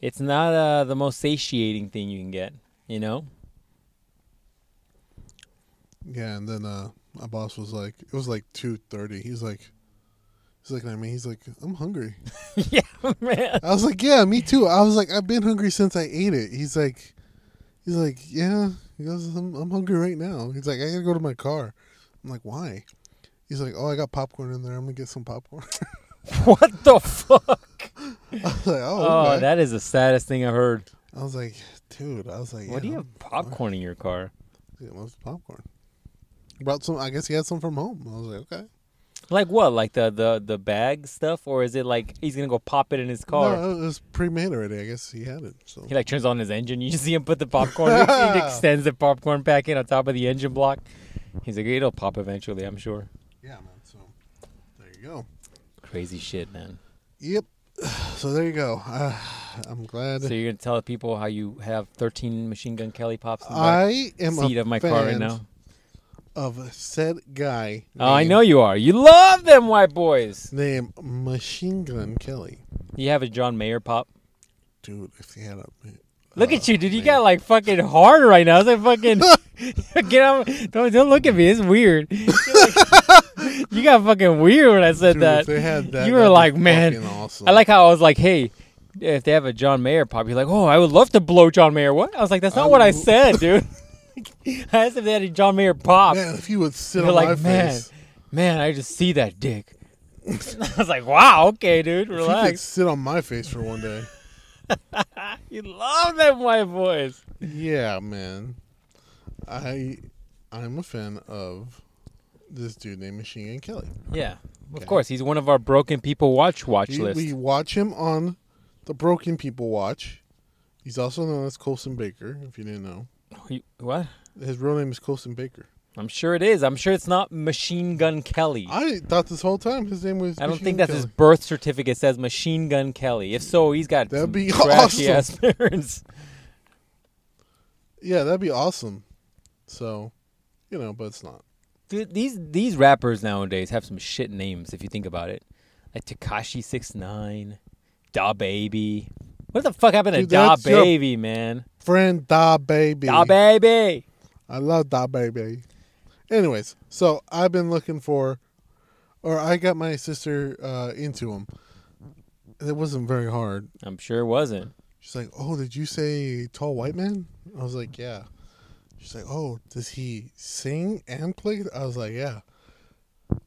[SPEAKER 1] it's not uh, the most satiating thing you can get, you know.
[SPEAKER 2] Yeah, and then uh, my boss was like, it was like two thirty. He's like, he's looking at me. He's like, I'm hungry.
[SPEAKER 1] yeah, man.
[SPEAKER 2] I was like, yeah, me too. I was like, I've been hungry since I ate it. He's like, he's like, yeah. He goes, I'm, I'm hungry right now. He's like, I gotta go to my car. I'm like, why? He's like, oh, I got popcorn in there. I'm gonna get some popcorn.
[SPEAKER 1] What the fuck?
[SPEAKER 2] I was like, oh,
[SPEAKER 1] Oh,
[SPEAKER 2] okay."
[SPEAKER 1] that is the saddest thing I've heard.
[SPEAKER 2] I was like, dude. I was like,
[SPEAKER 1] Why do you
[SPEAKER 2] yeah,
[SPEAKER 1] have popcorn in your car?
[SPEAKER 2] I loves popcorn. Brought some. I guess he had some from home. I was like, okay.
[SPEAKER 1] Like what? Like the the the bag stuff, or is it like he's gonna go pop it in his car?
[SPEAKER 2] No, it was pre-made already. I guess he had it. So
[SPEAKER 1] He like turns on his engine. You see him put the popcorn. he extends the popcorn packet on top of the engine block. He's like, it'll pop eventually, I'm sure.
[SPEAKER 2] yeah, man. So there you go.
[SPEAKER 1] Crazy shit, man.
[SPEAKER 2] Yep. So there you go. Uh, I'm glad.
[SPEAKER 1] So you're gonna tell people how you have 13 machine gun Kelly pops in the back
[SPEAKER 2] I am
[SPEAKER 1] seat
[SPEAKER 2] a
[SPEAKER 1] of my
[SPEAKER 2] fan
[SPEAKER 1] car right now.
[SPEAKER 2] Of said guy.
[SPEAKER 1] Oh, I
[SPEAKER 2] named-
[SPEAKER 1] know you are. You love them white boys.
[SPEAKER 2] Named Machine Gun Kelly,
[SPEAKER 1] You have a John Mayer pop.
[SPEAKER 2] dude. If he had a
[SPEAKER 1] Look
[SPEAKER 2] uh,
[SPEAKER 1] at you, dude. You
[SPEAKER 2] man.
[SPEAKER 1] got like fucking hard right now. It's like fucking get out. Don't don't look at me. It's weird. you got fucking weird when I said
[SPEAKER 2] dude,
[SPEAKER 1] that.
[SPEAKER 2] If they had that,
[SPEAKER 1] you were
[SPEAKER 2] that'd be
[SPEAKER 1] like, man,
[SPEAKER 2] fucking awesome.
[SPEAKER 1] I like how I was like, hey, if they have a John Mayer pop, you're like, oh, I would love to blow John Mayer. What? I was like, that's not
[SPEAKER 2] I
[SPEAKER 1] what I
[SPEAKER 2] would-
[SPEAKER 1] said, dude. I asked if they had a John Mayer pop.
[SPEAKER 2] Man, if you would sit
[SPEAKER 1] You're
[SPEAKER 2] on my
[SPEAKER 1] like, man,
[SPEAKER 2] face,
[SPEAKER 1] man, I just see that dick. I was like, wow, okay, dude,
[SPEAKER 2] if you could
[SPEAKER 1] relax.
[SPEAKER 2] sit on my face for one day,
[SPEAKER 1] You love them white boys.
[SPEAKER 2] yeah, man. I, I'm a fan of this dude named Machine Gun Kelly.
[SPEAKER 1] Yeah, of
[SPEAKER 2] Okay.
[SPEAKER 1] course, he's one of our broken people watch watch
[SPEAKER 2] We,
[SPEAKER 1] list.
[SPEAKER 2] we watch him on the Broken People Watch. He's also known as Colson Baker, if you didn't know.
[SPEAKER 1] You- what?
[SPEAKER 2] His real name is Colson Baker.
[SPEAKER 1] I'm sure it is. I'm sure it's not Machine Gun Kelly. I,
[SPEAKER 2] I thought this whole time his name was.
[SPEAKER 1] don't
[SPEAKER 2] Machine
[SPEAKER 1] think that's
[SPEAKER 2] Kelly.
[SPEAKER 1] his birth certificate says Machine Gun Kelly. If so, he's got
[SPEAKER 2] That'd
[SPEAKER 1] some
[SPEAKER 2] be
[SPEAKER 1] trashy
[SPEAKER 2] awesome.
[SPEAKER 1] ass parents.
[SPEAKER 2] Yeah, that'd be awesome. So, you know, but it's not.
[SPEAKER 1] Dude, these these rappers nowadays have some shit names if you think about it. Like Takashi 69, Da Baby. What the fuck happened
[SPEAKER 2] Dude,
[SPEAKER 1] to Da
[SPEAKER 2] that's your-
[SPEAKER 1] Baby, man?
[SPEAKER 2] Friend Da Baby.
[SPEAKER 1] Da Baby.
[SPEAKER 2] I love Da Baby. Anyways, so I've been looking for, or I got my sister uh, into him. It wasn't very hard.
[SPEAKER 1] I'm sure it wasn't.
[SPEAKER 2] She's like, "Oh, did you say tall white man?" I was like, "Yeah." She's like, "Oh, does he sing and play?" I was like, "Yeah."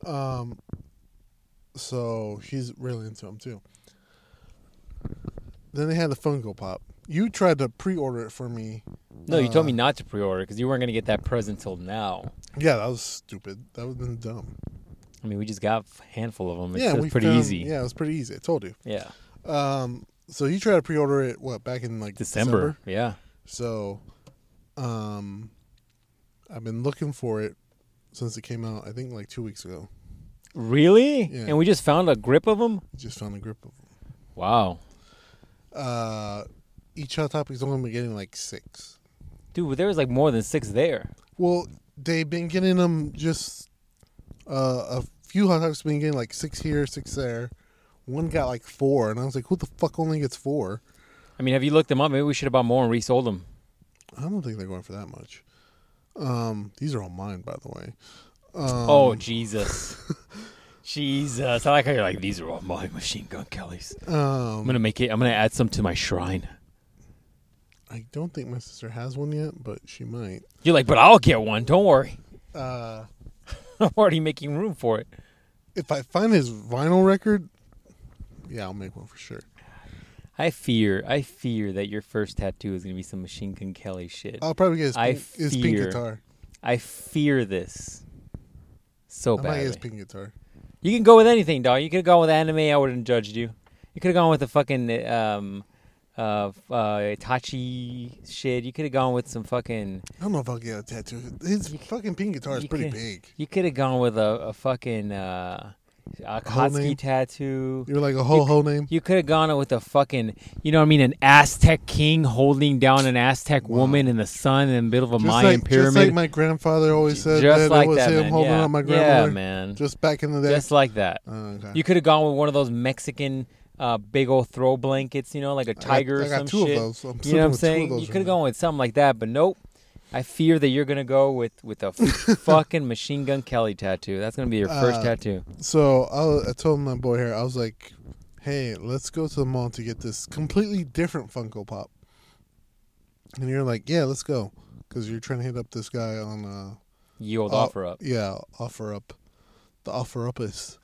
[SPEAKER 2] Um. So she's really into him too. Then they had the Funko Pop. You tried to pre-order it for me.
[SPEAKER 1] No, you told
[SPEAKER 2] Uh,
[SPEAKER 1] me not to pre-order because you weren't gonna get that present till now.
[SPEAKER 2] Yeah, that was stupid. That would have been dumb.
[SPEAKER 1] I mean, we just got a handful of them. It's
[SPEAKER 2] yeah,
[SPEAKER 1] it's
[SPEAKER 2] we
[SPEAKER 1] pretty
[SPEAKER 2] found-
[SPEAKER 1] easy.
[SPEAKER 2] Yeah, it was pretty easy. I told you.
[SPEAKER 1] Yeah.
[SPEAKER 2] Um, so you tried to pre-order it what back in like
[SPEAKER 1] December.
[SPEAKER 2] December?
[SPEAKER 1] Yeah.
[SPEAKER 2] So, um, I've been looking for it since it came out. I think like two weeks ago.
[SPEAKER 1] Really?
[SPEAKER 2] Yeah.
[SPEAKER 1] And we just found a grip of them?
[SPEAKER 2] Just found a grip of them.
[SPEAKER 1] Wow.
[SPEAKER 2] Uh, each hot topic's only been getting like six.
[SPEAKER 1] Dude, there was like more than six there.
[SPEAKER 2] Well, they've been getting them just uh, a few hot topics. Been getting like six here, six there. One got like four, and I was like, "Who the fuck only gets four?
[SPEAKER 1] I mean, have you looked them up? Maybe we should have bought more and resold them.
[SPEAKER 2] I don't think they're going for that much. Um, these are all mine, by the way. Um,
[SPEAKER 1] oh, Jesus. Jesus. I like how you're like, these are all my machine gun Kellys. I'm
[SPEAKER 2] um,
[SPEAKER 1] going to make it, I'm going to add some to my shrine.
[SPEAKER 2] I don't think my sister has one yet, but she might.
[SPEAKER 1] You're like, but I'll get one. Don't worry.
[SPEAKER 2] Uh,
[SPEAKER 1] I'm already making room for it.
[SPEAKER 2] if I find his vinyl record, yeah, I'll make one for sure.
[SPEAKER 1] I fear, I fear that your first tattoo is going to be some Machine Gun Kelly shit.
[SPEAKER 2] I'll probably get his
[SPEAKER 1] I
[SPEAKER 2] pink, his pink
[SPEAKER 1] fear
[SPEAKER 2] guitar.
[SPEAKER 1] I fear this so
[SPEAKER 2] I might get
[SPEAKER 1] badly.
[SPEAKER 2] his pink guitar.
[SPEAKER 1] You can go with anything, dog. You could have gone with anime. I wouldn't have judged you. You could have gone with the fucking um, uh, f- uh, Itachi shit. You could have gone with some fucking.
[SPEAKER 2] I don't know if I'll get a tattoo. His
[SPEAKER 1] You-
[SPEAKER 2] fucking pink guitar is
[SPEAKER 1] you
[SPEAKER 2] pretty
[SPEAKER 1] can-
[SPEAKER 2] big.
[SPEAKER 1] You could have gone with a, a fucking uh,
[SPEAKER 2] whole
[SPEAKER 1] Akatsuki
[SPEAKER 2] name?
[SPEAKER 1] tattoo.
[SPEAKER 2] You're like a whole whole name.
[SPEAKER 1] You could have gone with a fucking, you know what I mean, an Aztec king holding down an Aztec
[SPEAKER 2] Wow.
[SPEAKER 1] woman in the sun in the middle of a
[SPEAKER 2] Just
[SPEAKER 1] Mayan
[SPEAKER 2] like,
[SPEAKER 1] pyramid.
[SPEAKER 2] Just like my grandfather always said
[SPEAKER 1] Just
[SPEAKER 2] that
[SPEAKER 1] like
[SPEAKER 2] it was
[SPEAKER 1] that,
[SPEAKER 2] him
[SPEAKER 1] man.
[SPEAKER 2] holding
[SPEAKER 1] yeah.
[SPEAKER 2] up my
[SPEAKER 1] Yeah,
[SPEAKER 2] grandmother.
[SPEAKER 1] man.
[SPEAKER 2] Just back in the day.
[SPEAKER 1] Just like that.
[SPEAKER 2] oh, okay.
[SPEAKER 1] You could have gone with one of those Mexican uh, big old throw blankets, you know, like a
[SPEAKER 2] I got-
[SPEAKER 1] tiger
[SPEAKER 2] I got,
[SPEAKER 1] or some
[SPEAKER 2] two
[SPEAKER 1] shit.
[SPEAKER 2] of those. so I'm
[SPEAKER 1] you know what I'm
[SPEAKER 2] sitting with two
[SPEAKER 1] saying?
[SPEAKER 2] of
[SPEAKER 1] You
[SPEAKER 2] those
[SPEAKER 1] could
[SPEAKER 2] right
[SPEAKER 1] have
[SPEAKER 2] now.
[SPEAKER 1] gone with something like that, but nope. I fear that you're gonna go with with a f- fucking machine gun Kelly tattoo. That's gonna be your first
[SPEAKER 2] Uh,
[SPEAKER 1] tattoo.
[SPEAKER 2] So I, I told my boy here, I was like, "Hey, let's go to the mall to get this completely different Funko Pop." And you're like, "Yeah, let's go," because you're trying to hit up this guy on, uh,
[SPEAKER 1] You old
[SPEAKER 2] uh,
[SPEAKER 1] offer up.
[SPEAKER 2] yeah, offer up, the offer up is,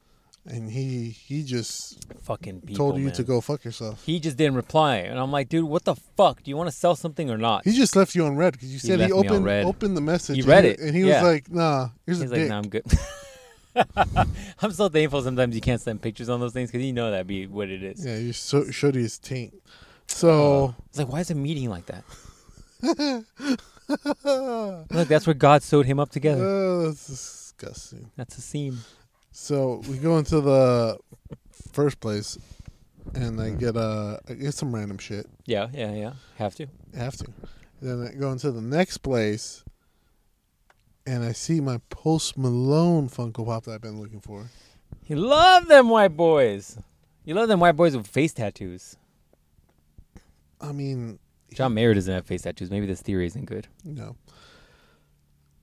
[SPEAKER 2] and he he just
[SPEAKER 1] Fucking people.
[SPEAKER 2] told you
[SPEAKER 1] man.
[SPEAKER 2] to go fuck yourself.
[SPEAKER 1] He just didn't reply, and I'm like, dude, what the fuck? Do you want to sell something or not?
[SPEAKER 2] He just left you on red because you said he,
[SPEAKER 1] left me on
[SPEAKER 2] opened
[SPEAKER 1] red.
[SPEAKER 2] opened the message.
[SPEAKER 1] He
[SPEAKER 2] and
[SPEAKER 1] read it,
[SPEAKER 2] and he
[SPEAKER 1] yeah.
[SPEAKER 2] was like, "Nah, here's
[SPEAKER 1] He's
[SPEAKER 2] a
[SPEAKER 1] like,
[SPEAKER 2] dick."
[SPEAKER 1] no, I'm good. I'm so thankful sometimes you can't send pictures on those things because you know that'd be what it is.
[SPEAKER 2] yeah, you so, showed you his taint. So
[SPEAKER 1] It's like, why is a meeting like that? Look, that's where God sewed him up together.
[SPEAKER 2] Oh, that's disgusting.
[SPEAKER 1] That's a seam.
[SPEAKER 2] So we go into the first place, and I get uh, I get some random shit.
[SPEAKER 1] Yeah, yeah, yeah. Have to.
[SPEAKER 2] I have to. Then I go into the next place, and I see my Post Malone Funko Pop that I've been looking for.
[SPEAKER 1] You love them white boys. You love them white boys with face tattoos.
[SPEAKER 2] I mean,
[SPEAKER 1] John Mayer doesn't have face tattoos. Maybe this theory isn't good.
[SPEAKER 2] no.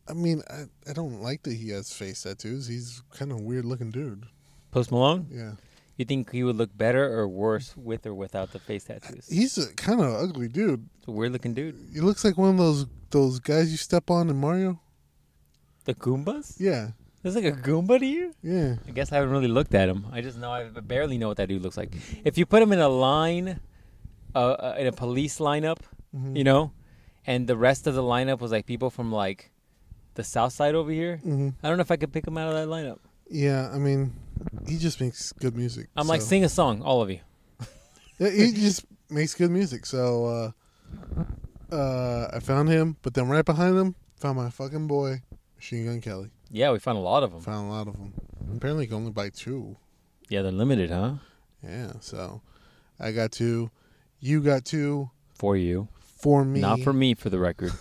[SPEAKER 2] I mean, I, I don't like that he has face tattoos. He's kind of a weird looking dude.
[SPEAKER 1] Post Malone,
[SPEAKER 2] Yeah,
[SPEAKER 1] you think he would look better or worse with or without the face tattoos? He's
[SPEAKER 2] he's a kind of ugly dude.
[SPEAKER 1] a weird looking dude.
[SPEAKER 2] He looks like one of those those guys you step on in Mario.
[SPEAKER 1] The Goombas?
[SPEAKER 2] Yeah,
[SPEAKER 1] There's like a Goomba to you?
[SPEAKER 2] yeah.
[SPEAKER 1] I guess I haven't really looked at him. I just know I barely know what that dude looks like. If you put him in a line, uh, uh, in a police lineup,
[SPEAKER 2] Mhm.
[SPEAKER 1] you know, and the rest of the lineup was like people from like the south side over here,
[SPEAKER 2] hmm
[SPEAKER 1] I don't know if I could pick him out of that lineup.
[SPEAKER 2] Yeah, I mean, he just makes good music.
[SPEAKER 1] I'm like,
[SPEAKER 2] so-
[SPEAKER 1] sing a song, all of you.
[SPEAKER 2] Yeah, he just makes good music. So uh, uh, I found him, but then right behind him, found my fucking boy, Machine Gun Kelly.
[SPEAKER 1] Yeah, we found a lot of them.
[SPEAKER 2] Found a lot of them. Apparently, you can only buy two.
[SPEAKER 1] Yeah, they're limited, huh?
[SPEAKER 2] Yeah, so I got two. You got two
[SPEAKER 1] For you,
[SPEAKER 2] for me.
[SPEAKER 1] not for me, for the record.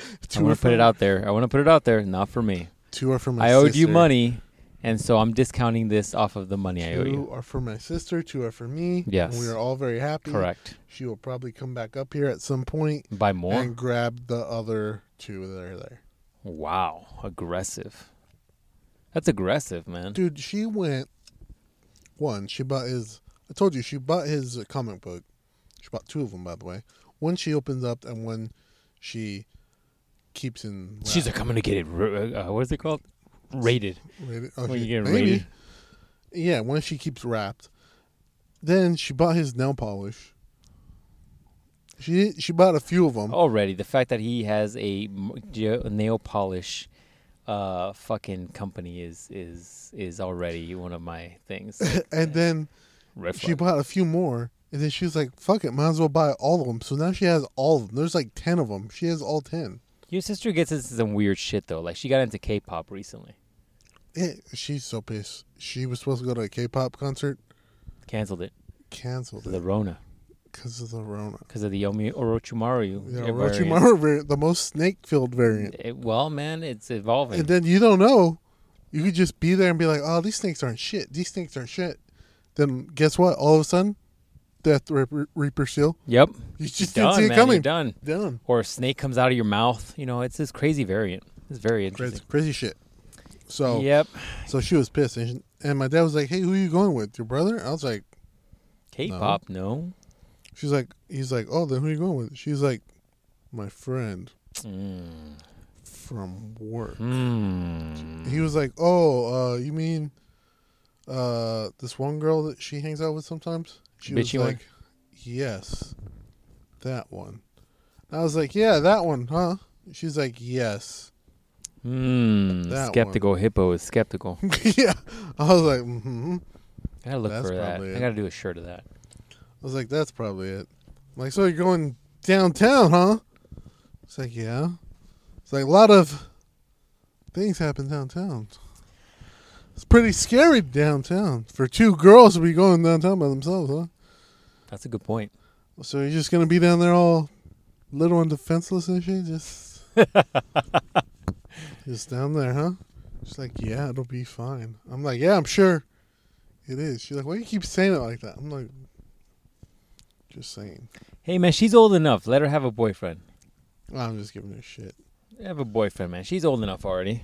[SPEAKER 1] I
[SPEAKER 2] Two
[SPEAKER 1] want
[SPEAKER 2] are
[SPEAKER 1] to put
[SPEAKER 2] for-
[SPEAKER 1] it out there. I want to put it out there. Not for me.
[SPEAKER 2] Two are for my
[SPEAKER 1] I owed you
[SPEAKER 2] sister.
[SPEAKER 1] money, and so I'm discounting this off of the money I owe
[SPEAKER 2] Two
[SPEAKER 1] you.
[SPEAKER 2] are for my sister. Two are for me.
[SPEAKER 1] Yes.
[SPEAKER 2] We are all very happy.
[SPEAKER 1] Correct.
[SPEAKER 2] She will probably come back up here at some point
[SPEAKER 1] By more.
[SPEAKER 2] and grab the other two that are there.
[SPEAKER 1] Wow, aggressive. That's aggressive, man.
[SPEAKER 2] Dude, she went one. She bought his. I told you she bought his uh, comic book. She bought two of them, by the way. One she opens up, and one she keeps in.
[SPEAKER 1] She's like, I'm gonna get it. ra- Uh, what is it called? Rated.
[SPEAKER 2] rated. Oh,
[SPEAKER 1] When
[SPEAKER 2] she-
[SPEAKER 1] you get
[SPEAKER 2] maybe.
[SPEAKER 1] rated.
[SPEAKER 2] Yeah, one she keeps wrapped. Then she bought his nail polish. She
[SPEAKER 1] Oh.
[SPEAKER 2] she bought a few of them.
[SPEAKER 1] Already, the fact that he has a m- ge- nail polish uh, fucking company is is is already one of my things.
[SPEAKER 2] and then
[SPEAKER 1] Red
[SPEAKER 2] she
[SPEAKER 1] flag.
[SPEAKER 2] bought a few more, and then she was like, "Fuck it, might as well buy all of them." So now she has all of them. There's like ten of them. She has all ten.
[SPEAKER 1] Your sister gets into some weird shit though. Like she got into K-pop recently.
[SPEAKER 2] Yeah, she's so pissed. She was supposed to go to a K-pop concert,
[SPEAKER 1] Canceled it.
[SPEAKER 2] canceled
[SPEAKER 1] The
[SPEAKER 2] it
[SPEAKER 1] Rona.
[SPEAKER 2] because of the Rona.
[SPEAKER 1] Because of the Yomi Orochimaru.
[SPEAKER 2] Yeah,
[SPEAKER 1] variant.
[SPEAKER 2] Orochimaru, variant, the most snake-filled variant.
[SPEAKER 1] It- well, man, it's evolving.
[SPEAKER 2] And then you don't know. You could just be there and be like, "Oh, these snakes aren't shit. These snakes aren't shit." Then guess what? All of a sudden, Death Reaper, Reaper seal.
[SPEAKER 1] yep.
[SPEAKER 2] You just
[SPEAKER 1] You're
[SPEAKER 2] didn't
[SPEAKER 1] done, man.
[SPEAKER 2] see it
[SPEAKER 1] You're
[SPEAKER 2] coming.
[SPEAKER 1] done.
[SPEAKER 2] Done.
[SPEAKER 1] Or a snake comes out of your mouth. You know, it's this crazy variant. It's very
[SPEAKER 2] Crazy, Oh.
[SPEAKER 1] interesting.
[SPEAKER 2] crazy shit. So
[SPEAKER 1] Yep.
[SPEAKER 2] so she was pissed, and, she- and my dad was like, "Hey, who are you going with? Your brother?" I was like,
[SPEAKER 1] K-pop, no.
[SPEAKER 2] "She's like, he's like, oh, then who are you going with?" She's like, "My friend
[SPEAKER 1] Mm.
[SPEAKER 2] from work."
[SPEAKER 1] Hmm. Mm.
[SPEAKER 2] He was like, "Oh, uh, you mean uh, this one girl that she hangs out with sometimes?" She
[SPEAKER 1] Bitchy
[SPEAKER 2] was
[SPEAKER 1] one?
[SPEAKER 2] like, "Yes, that one." And I was like, "Yeah, that one, huh?" She's like, "Yes."
[SPEAKER 1] Mm.
[SPEAKER 2] That
[SPEAKER 1] Skeptical hippo is skeptical.
[SPEAKER 2] yeah, I was like, "Hmm."
[SPEAKER 1] I gotta look
[SPEAKER 2] That's
[SPEAKER 1] for that.
[SPEAKER 2] probably
[SPEAKER 1] I
[SPEAKER 2] it.
[SPEAKER 1] gotta do a shirt of that.
[SPEAKER 2] I was like, "That's probably it." I'm like, so you're going downtown, huh? It's like, yeah. It's like a lot of things happen downtown. It's pretty scary downtown for two girls to be going downtown by themselves, huh?
[SPEAKER 1] That's a good point.
[SPEAKER 2] So you're just gonna be down there all little and defenseless and shit, just just down there, huh? She's like, yeah, it'll be fine. I'm like, yeah, I'm sure it is. She's like, why do you keep saying it like that? I'm like, just saying.
[SPEAKER 1] Hey man, she's old enough. Let her have a boyfriend.
[SPEAKER 2] I'm just giving her shit.
[SPEAKER 1] Have a boyfriend, man. She's old enough already.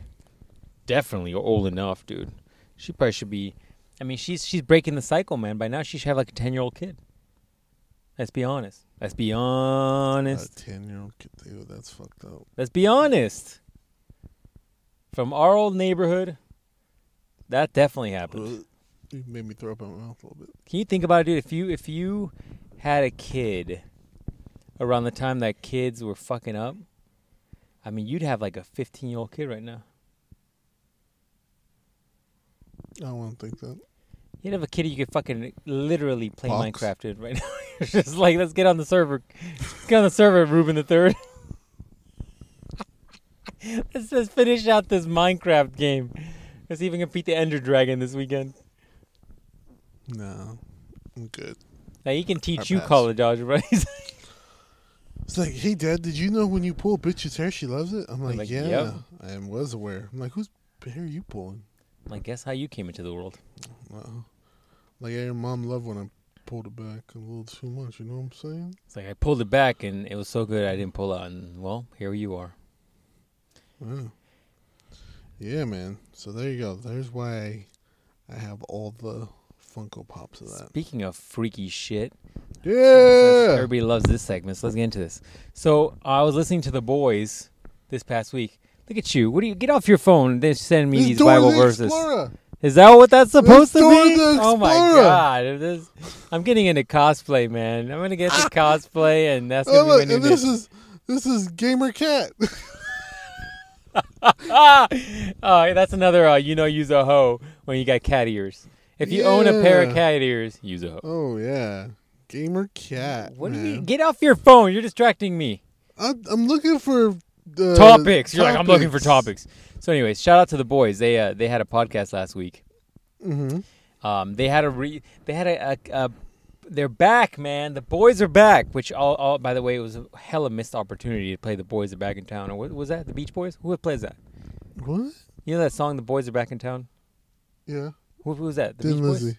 [SPEAKER 1] Definitely old enough, dude. She probably should be. I mean, she's she's breaking the cycle, man. By now, she should have like a ten year old kid. Let's be honest. Let's be honest.
[SPEAKER 2] A ten year old kid, dude, that's fucked up.
[SPEAKER 1] Let's be honest. From our old neighborhood, that definitely happened.
[SPEAKER 2] Ugh. You made me throw up in my mouth a little bit.
[SPEAKER 1] Can you think about it, dude? If you if you had a kid around the time that kids were fucking up, I mean, you'd have like a fifteen year old kid right now.
[SPEAKER 2] I don't want to think that.
[SPEAKER 1] You'd have a kid you could fucking literally play
[SPEAKER 2] Pox.
[SPEAKER 1] Minecraft with right now. It's just like, let's get on the server. Let's get on the server, Ruben the Third. let's just finish out this Minecraft game. Let's even compete the Ender Dragon this weekend.
[SPEAKER 2] No, I'm good.
[SPEAKER 1] Now he can teach
[SPEAKER 2] Our
[SPEAKER 1] you
[SPEAKER 2] pass.
[SPEAKER 1] college algebra. He's
[SPEAKER 2] It's like, hey, Dad, did you know when you pull a bitch's hair, she loves it? I'm like,
[SPEAKER 1] like,
[SPEAKER 2] yeah,
[SPEAKER 1] yep.
[SPEAKER 2] I am- was aware. I'm like, whose hair are you pulling?
[SPEAKER 1] like, guess how you came into the world?
[SPEAKER 2] Uh-oh. Like, yeah, your mom loved when I pulled it back a little too much. You know what I'm saying?
[SPEAKER 1] It's like I pulled it back and it was so good I didn't pull out. And well, here you are.
[SPEAKER 2] Yeah. Yeah, man. So there you go. There's why I have all the Funko Pops of that.
[SPEAKER 1] Speaking of freaky shit,
[SPEAKER 2] Yeah.
[SPEAKER 1] Everybody loves this segment, so let's get into this. So uh, I was listening to the boys this past week. Look at you. What do you get off your phone? They're sending me
[SPEAKER 2] It's
[SPEAKER 1] these
[SPEAKER 2] Dora
[SPEAKER 1] Bible
[SPEAKER 2] the
[SPEAKER 1] verses.
[SPEAKER 2] Explorer.
[SPEAKER 1] Is that what that's supposed to
[SPEAKER 2] Dora
[SPEAKER 1] be?
[SPEAKER 2] the
[SPEAKER 1] Oh my
[SPEAKER 2] Explorer.
[SPEAKER 1] god. It is- I'm getting into cosplay, man. I'm gonna get into cosplay and that's gonna
[SPEAKER 2] Oh,
[SPEAKER 1] be
[SPEAKER 2] look,
[SPEAKER 1] my new
[SPEAKER 2] and this
[SPEAKER 1] name.
[SPEAKER 2] is this is Gamer Cat.
[SPEAKER 1] Ah! Oh, that's another uh, you know use a hoe when you got cat ears. If you own a pair of
[SPEAKER 2] Yeah.
[SPEAKER 1] cat ears, use a hoe.
[SPEAKER 2] oh yeah, Gamer Cat.
[SPEAKER 1] What do you
[SPEAKER 2] man.
[SPEAKER 1] get off your phone? You're distracting me.
[SPEAKER 2] I'm, I'm looking for uh,
[SPEAKER 1] topics. You're like, I'm looking for topics. So, anyways, shout out to the boys. They uh, they had a podcast last week.
[SPEAKER 2] hmm
[SPEAKER 1] Um, they had a re- they had a, a, a they're back, man. The boys are back. Which all, all by the way, it was a hella missed opportunity to play the boys are back in town. Or what was that? The Beach Boys? Who plays that?
[SPEAKER 2] What?
[SPEAKER 1] You know that song, the boys are back in town.
[SPEAKER 2] Yeah.
[SPEAKER 1] Who, who was that? The
[SPEAKER 2] Then
[SPEAKER 1] Beach Boys.
[SPEAKER 2] Lizzie.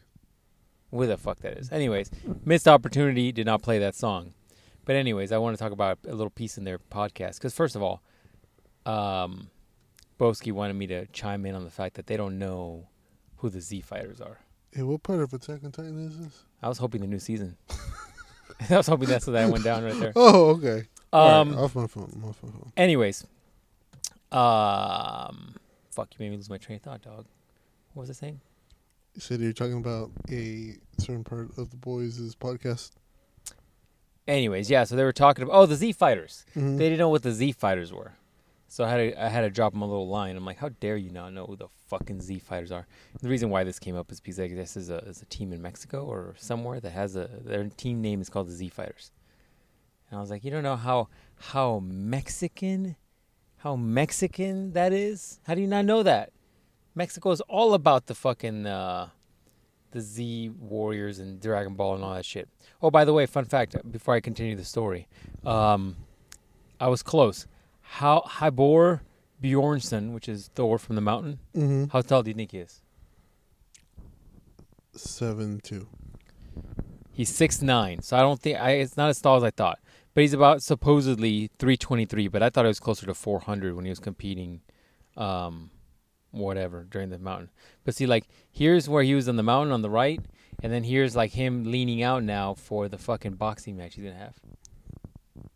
[SPEAKER 1] Where the fuck that is? Anyways, missed opportunity. Did not play that song. But anyways, I want to talk about a little piece in their podcast because first of all, um, Boski wanted me to chime in on the fact that they don't know who the Z Fighters are.
[SPEAKER 2] Hey, what part of Attack on Titan is this?
[SPEAKER 1] I was hoping the new season. I was hoping that's what that went down right there.
[SPEAKER 2] Oh, okay. All
[SPEAKER 1] Um,
[SPEAKER 2] right, off my phone. I'm off my phone.
[SPEAKER 1] anyways, um, fuck, you made me lose my train of thought, dog. What was I saying?
[SPEAKER 2] You said you're talking about a certain part of the boys' podcast.
[SPEAKER 1] Anyways, yeah. So they were talking about oh the Z Fighters.
[SPEAKER 2] Mhm.
[SPEAKER 1] They didn't know what the Z Fighters were. So I had to, I had to drop him a little line. I'm like, how dare you not know who the fucking Z Fighters are? The reason why this came up is because I guess is a is a team in Mexico or somewhere that has a their team name is called the Z Fighters. And I was like, you don't know how how Mexican, how Mexican that is. How do you not know that? Mexico is all about the fucking uh, the Z Warriors and Dragon Ball and all that shit. Oh, by the way, fun fact. Before I continue the story, um, I was close. How Hybor Bjornsson, which is Thor from the Mountain,
[SPEAKER 2] Mm-hmm.
[SPEAKER 1] how tall do you think he is?
[SPEAKER 2] Seven two.
[SPEAKER 1] He's six nine, so I don't think I, it's not as tall as I thought. But he's about supposedly three twenty three, but I thought it was closer to four hundred when he was competing, um, whatever during the mountain. But see, like here's where he was on the mountain on the right, and then here's like him leaning out now for the fucking boxing match he's gonna have.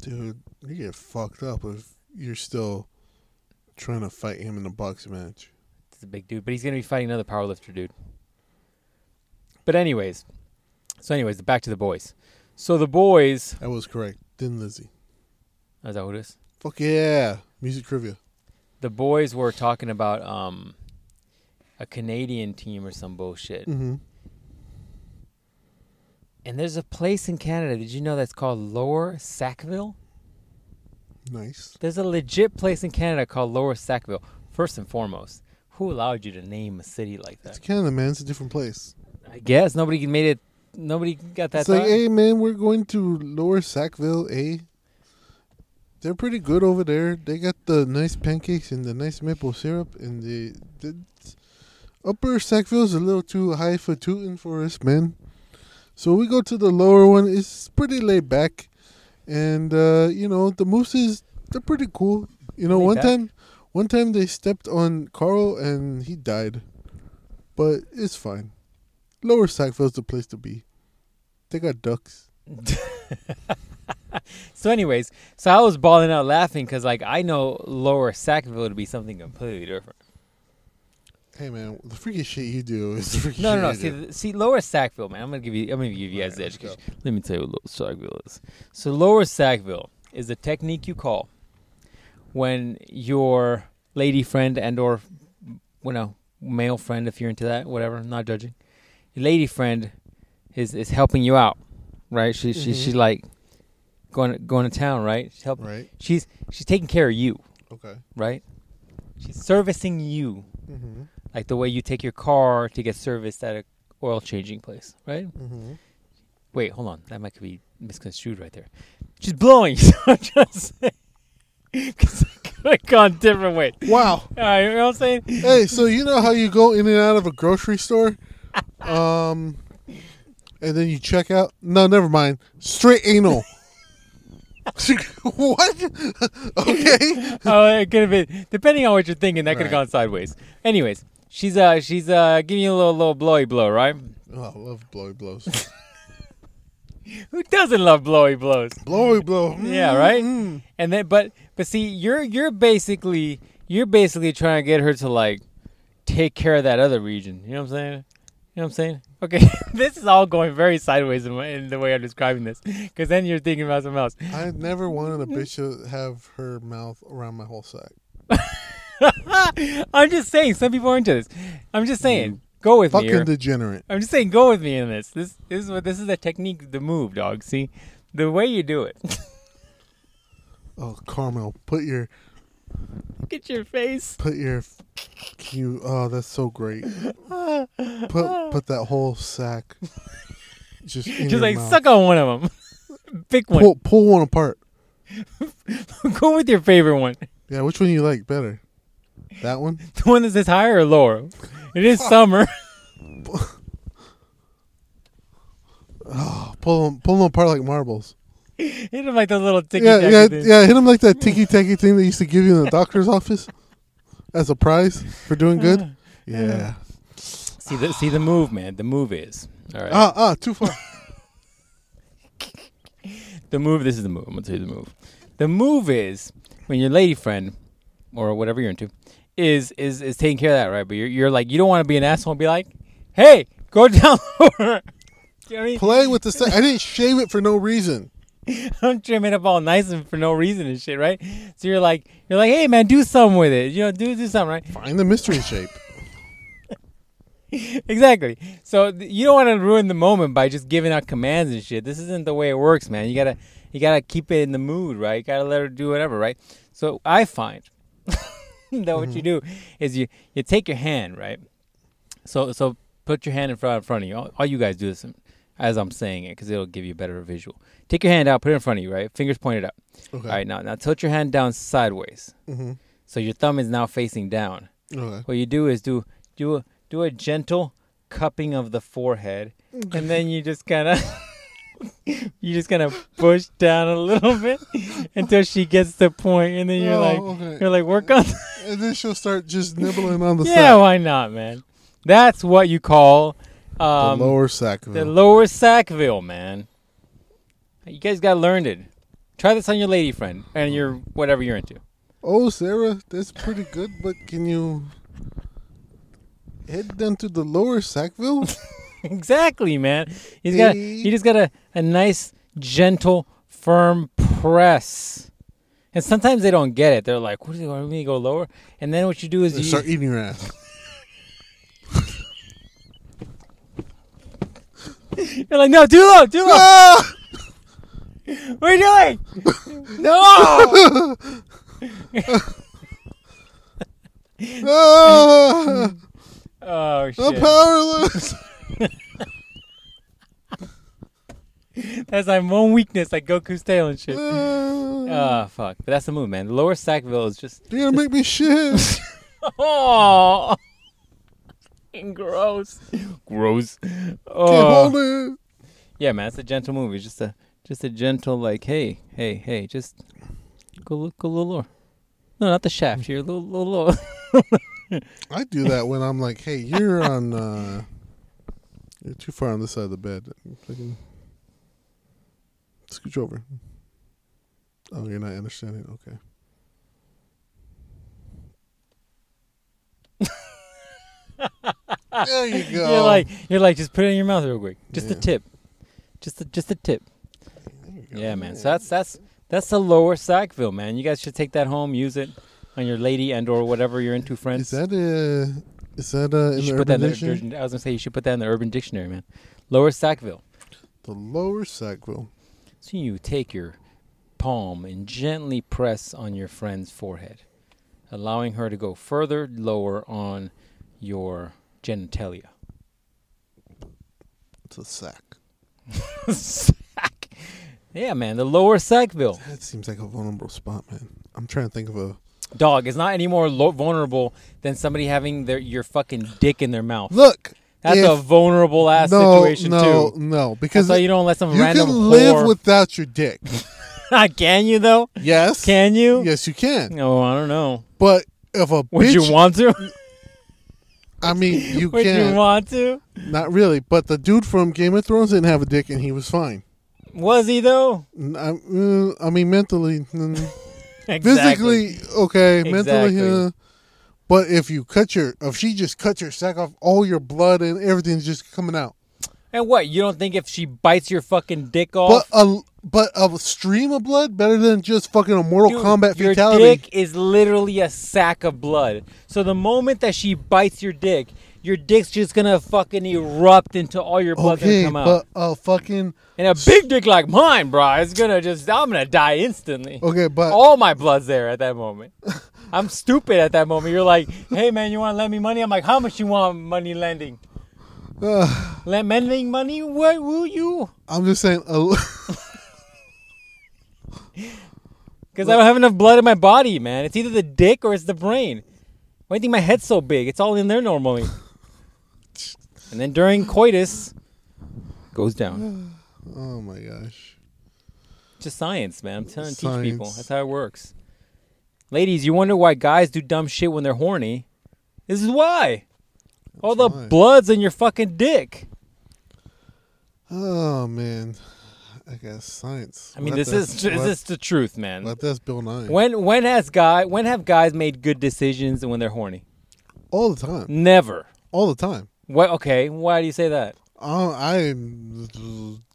[SPEAKER 2] Dude, you get fucked up if you're still trying to fight him in a boxing match.
[SPEAKER 1] It's a big dude, but he's gonna be fighting another powerlifter dude. But anyways, so anyways, back to the boys. So the boys,
[SPEAKER 2] That was correct. Then Lizzie.
[SPEAKER 1] is that what it is?
[SPEAKER 2] Fuck yeah. Music trivia.
[SPEAKER 1] the boys were talking about um a Canadian team or some bullshit.
[SPEAKER 2] Mm-hmm.
[SPEAKER 1] And there's a place in Canada, did you know that's called Lower Sackville?
[SPEAKER 2] Nice.
[SPEAKER 1] There's a legit place in Canada called Lower Sackville. First and foremost, who allowed you to name a city like
[SPEAKER 2] It's
[SPEAKER 1] that?
[SPEAKER 2] Canada, man. It's a different place.
[SPEAKER 1] I guess nobody made it nobody got that
[SPEAKER 2] it's like,
[SPEAKER 1] thought.
[SPEAKER 2] hey, man, we're going to Lower Sackville, eh? They're pretty good over there. They got the nice pancakes and the nice maple syrup, and the, the Upper Sackville's a little too high for tooting for us, man. So we go to the lower one. It's pretty laid back, and uh, you know the mooses. They're pretty cool. You know,
[SPEAKER 1] Laid
[SPEAKER 2] one
[SPEAKER 1] back.
[SPEAKER 2] time, one time they stepped on Carl and he died, but it's fine. Lower Sackville's the place to be. They got ducks.
[SPEAKER 1] So, anyways, so I was bawling out laughing because, like, I know Lower Sackville to be something completely different.
[SPEAKER 2] Hey man, the freaky shit you do is the freaky
[SPEAKER 1] No, no,
[SPEAKER 2] shit
[SPEAKER 1] no.
[SPEAKER 2] you
[SPEAKER 1] See,
[SPEAKER 2] do.
[SPEAKER 1] th- see, Lower Sackville, man. I'm gonna give you. I'm gonna give you guys the
[SPEAKER 2] Alright, let's go.
[SPEAKER 1] education. Let me tell you what Lower Sackville is. So, Lower Sackville is a technique you call when your lady friend and/or, you know, male friend, if you're into that, whatever. Not judging. Your lady friend is is helping you out, right? She she
[SPEAKER 2] Mhm.
[SPEAKER 1] she like going going to town, right? She's helping.
[SPEAKER 2] Right?
[SPEAKER 1] She's she's taking care of you,
[SPEAKER 2] Okay.
[SPEAKER 1] right? She's servicing you
[SPEAKER 2] Mm-hmm.
[SPEAKER 1] like the way you take your car to get serviced at a oil changing place, right?
[SPEAKER 2] Mm-hmm.
[SPEAKER 1] Wait, hold on, that might be misconstrued right there. She's blowing, so I'm just saying, 'cause I could have gone different ways.
[SPEAKER 2] Wow.
[SPEAKER 1] All right, you know what I'm saying?
[SPEAKER 2] hey, so you know how you go in and out of a grocery store, um, and then you check out? No, never mind. Straight anal. what? okay.
[SPEAKER 1] Oh, it could have been depending on what you're thinking. That could have
[SPEAKER 2] Right.
[SPEAKER 1] gone sideways. Anyways, she's uh she's uh giving you a little little blowy blow, right?
[SPEAKER 2] Oh, I love blowy blows.
[SPEAKER 1] Who doesn't love blowy blows?
[SPEAKER 2] blowy blow.
[SPEAKER 1] Yeah, right?
[SPEAKER 2] Mm.
[SPEAKER 1] And then, but but see, you're you're basically you're basically trying to get her to like take care of that other region. You know what I'm saying? You know what I'm saying? Okay, this is all going very sideways in, my, in the way I'm describing this, because then you're thinking about something else.
[SPEAKER 2] I never wanted a bitch to have her mouth around my whole sack.
[SPEAKER 1] Ah, I'm just saying, some people are into this. I'm just saying,
[SPEAKER 2] Mm-hmm.
[SPEAKER 1] go with me.
[SPEAKER 2] Fucking
[SPEAKER 1] here.
[SPEAKER 2] degenerate.
[SPEAKER 1] I'm just saying, go with me in this. This this is what this is the technique, the move, dog. See, the way you do it.
[SPEAKER 2] Oh, Carmel, put your
[SPEAKER 1] Look at your face.
[SPEAKER 2] put your you oh that's so great put put that whole sack just in your
[SPEAKER 1] Just like
[SPEAKER 2] mouth.
[SPEAKER 1] suck on one of them. Pick one.
[SPEAKER 2] pull, pull one apart
[SPEAKER 1] go with your favorite one.
[SPEAKER 2] yeah which one you like better that one
[SPEAKER 1] The one that says higher or lower? It is summer.
[SPEAKER 2] oh, pull them pull them apart like marbles
[SPEAKER 1] Hit him like those little ticky
[SPEAKER 2] yeah
[SPEAKER 1] tacky
[SPEAKER 2] yeah
[SPEAKER 1] things.
[SPEAKER 2] yeah hit them like that ticky tacky thing they used to give you in the doctor's office as a prize for doing
[SPEAKER 1] Uh-huh.
[SPEAKER 2] good yeah
[SPEAKER 1] See the see the move, man. The move is all right.
[SPEAKER 2] ah ah too far
[SPEAKER 1] the move. This is the move. I'm gonna tell you the move. The move is when your lady friend or whatever you're into is is is taking care of that, right? But you're you're like you don't want to be an asshole and be like, hey, go down lower. you know what I mean?
[SPEAKER 2] play with the sack I didn't shave it for no reason
[SPEAKER 1] I'm trimming up all nice and for no reason and shit, right? So you're like, you're like, hey man, do something with it, you know, do do something, right?
[SPEAKER 2] Find the mystery shape.
[SPEAKER 1] exactly. So th- you don't want to ruin the moment by just giving out commands and shit. This isn't the way it works, man. You gotta you gotta keep it in the mood, right? You gotta let her do whatever, right? So I find that what you do is you you take your hand, right? So so put your hand in front in front of you. All, all you guys do this as I'm saying it because it'll give you a better visual. Take your hand out, put it in front of you, right? Fingers pointed up.
[SPEAKER 2] Okay.
[SPEAKER 1] All right, now now tilt your hand down sideways.
[SPEAKER 2] Mhm.
[SPEAKER 1] So your thumb is now facing down.
[SPEAKER 2] Okay.
[SPEAKER 1] What you do is do do a, do a gentle cupping of the forehead, and then you just kind of you just kind of push down a little bit until she gets the point, and then you're
[SPEAKER 2] Oh,
[SPEAKER 1] like
[SPEAKER 2] okay.
[SPEAKER 1] you're like work on.
[SPEAKER 2] And then she'll start just nibbling on the
[SPEAKER 1] yeah,
[SPEAKER 2] sack,
[SPEAKER 1] why not, man? That's what you call um,
[SPEAKER 2] the lower sack. of
[SPEAKER 1] the
[SPEAKER 2] it.
[SPEAKER 1] lower Sackville, man. You guys got learned it. Try this on your lady friend and your whatever you're into.
[SPEAKER 2] oh, Sarah, that's pretty good, but can you head down to the lower Sackville?
[SPEAKER 1] exactly, man. He's got
[SPEAKER 2] Eh?
[SPEAKER 1] he just got a, a nice, gentle, firm press. And sometimes they don't get it. They're like, "What do you want me to go lower?" And then what you do is you
[SPEAKER 2] start eating your ass.
[SPEAKER 1] you're like, "No, too low, too low.
[SPEAKER 2] Ah!
[SPEAKER 1] What are you doing?" Oh, no.
[SPEAKER 2] Ah!
[SPEAKER 1] Oh
[SPEAKER 2] I'm
[SPEAKER 1] shit.
[SPEAKER 2] powerless.
[SPEAKER 1] That's my one weakness, like Goku's tail and shit.
[SPEAKER 2] Ah.
[SPEAKER 1] Oh fuck. But that's the move, man. Lower Sackville is just
[SPEAKER 2] You're gonna make me shit.
[SPEAKER 1] oh. Gross. Gross.
[SPEAKER 2] Can't
[SPEAKER 1] Oh.
[SPEAKER 2] hold it.
[SPEAKER 1] Yeah, man, it's a gentle movie. It's Just a just a gentle like, hey, hey, hey, just go look go a little lower. No, not the shaft. You're a little, little lower.
[SPEAKER 2] I do that when I'm like, hey, you're on. uh You're too far on this side of the bed. Fucking Scooch over. Oh, you're not understanding. Okay. there you go.
[SPEAKER 1] You're like you're like just put it in your mouth real quick. Just the
[SPEAKER 2] Oh. Yeah.
[SPEAKER 1] tip. Just the just the tip.
[SPEAKER 2] There you go.
[SPEAKER 1] Yeah, man. So that's that's that's the lower Sackville, man. You guys should take that home, use it on your lady and or whatever you're into, friends.
[SPEAKER 2] Is that a? Is that a?
[SPEAKER 1] you
[SPEAKER 2] In
[SPEAKER 1] should
[SPEAKER 2] the
[SPEAKER 1] put that
[SPEAKER 2] urban
[SPEAKER 1] in the
[SPEAKER 2] dictionary?
[SPEAKER 1] urban- I was gonna say you should put that in the urban dictionary, man. Lower Sackville.
[SPEAKER 2] the lower Sackville.
[SPEAKER 1] So you take your palm and gently press on your friend's forehead, allowing her to go further lower on your genitalia.
[SPEAKER 2] It's a sack.
[SPEAKER 1] Sack. Yeah, man, the lower Sackville.
[SPEAKER 2] That seems like a vulnerable spot, man. I'm trying to think of a.
[SPEAKER 1] Dog is not any more lo- vulnerable than somebody having their your fucking dick in their mouth.
[SPEAKER 2] Look.
[SPEAKER 1] That's
[SPEAKER 2] if
[SPEAKER 1] a vulnerable ass situation
[SPEAKER 2] no,
[SPEAKER 1] too.
[SPEAKER 2] No, because
[SPEAKER 1] That's why you don't let some
[SPEAKER 2] you
[SPEAKER 1] random
[SPEAKER 2] can live
[SPEAKER 1] whore- Ah,
[SPEAKER 2] without your dick.
[SPEAKER 1] can you though?
[SPEAKER 2] yes,
[SPEAKER 1] Can you?
[SPEAKER 2] yes you can.
[SPEAKER 1] No, I don't know.
[SPEAKER 2] But if a
[SPEAKER 1] Would
[SPEAKER 2] bitch,
[SPEAKER 1] you want to?
[SPEAKER 2] I mean, you
[SPEAKER 1] Would
[SPEAKER 2] can
[SPEAKER 1] you want to?
[SPEAKER 2] not really. But the dude from Game of Thrones didn't have a dick, and he was fine.
[SPEAKER 1] Was he though?
[SPEAKER 2] N- I, mm, I mean, mentally, mm,
[SPEAKER 1] Exactly.
[SPEAKER 2] physically, okay, mentally,
[SPEAKER 1] Exactly.
[SPEAKER 2] uh, but if you cut your, if she just cut your sack off, all your blood and everything's just coming out.
[SPEAKER 1] And what? You don't think if she bites your fucking dick
[SPEAKER 2] But
[SPEAKER 1] off,
[SPEAKER 2] a but a stream of blood better than just fucking a Mortal
[SPEAKER 1] dude,
[SPEAKER 2] Kombat
[SPEAKER 1] your
[SPEAKER 2] fatality.
[SPEAKER 1] dick is literally a sack of blood. So the moment that she bites your dick, your dick's just gonna fucking erupt into all your blood
[SPEAKER 2] okay,
[SPEAKER 1] gonna come out.
[SPEAKER 2] but a fucking
[SPEAKER 1] and a big dick like mine, bro, is gonna just I'm gonna die instantly.
[SPEAKER 2] okay, but
[SPEAKER 1] All my blood's there at that moment. I'm stupid at that moment. You're like, hey man, you wanna lend me money? I'm like, how much you want money lending?
[SPEAKER 2] uh,
[SPEAKER 1] Lend lending money? What will you?
[SPEAKER 2] I'm just saying. A,
[SPEAKER 1] Because I don't have enough blood in my body, man. It's either the dick or it's the brain. Why do you think my head's so big? It's all in there normally. and then during coitus, goes down.
[SPEAKER 2] oh my gosh,
[SPEAKER 1] Just science, man. I'm telling teach people.
[SPEAKER 2] Science.
[SPEAKER 1] That's how it works. Ladies, you wonder why guys do dumb shit when they're horny. This is why. all the
[SPEAKER 2] That's why.
[SPEAKER 1] blood's in your fucking dick.
[SPEAKER 2] oh man, I guess science.
[SPEAKER 1] I mean,
[SPEAKER 2] What
[SPEAKER 1] this
[SPEAKER 2] the-
[SPEAKER 1] is
[SPEAKER 2] what-
[SPEAKER 1] this is the truth, man.
[SPEAKER 2] what that's Bill Nye
[SPEAKER 1] When when has guy when have guys made good decisions when they're horny?
[SPEAKER 2] all the time,
[SPEAKER 1] Never.
[SPEAKER 2] all the time.
[SPEAKER 1] What? Okay. Why do you say that?
[SPEAKER 2] Oh, I'm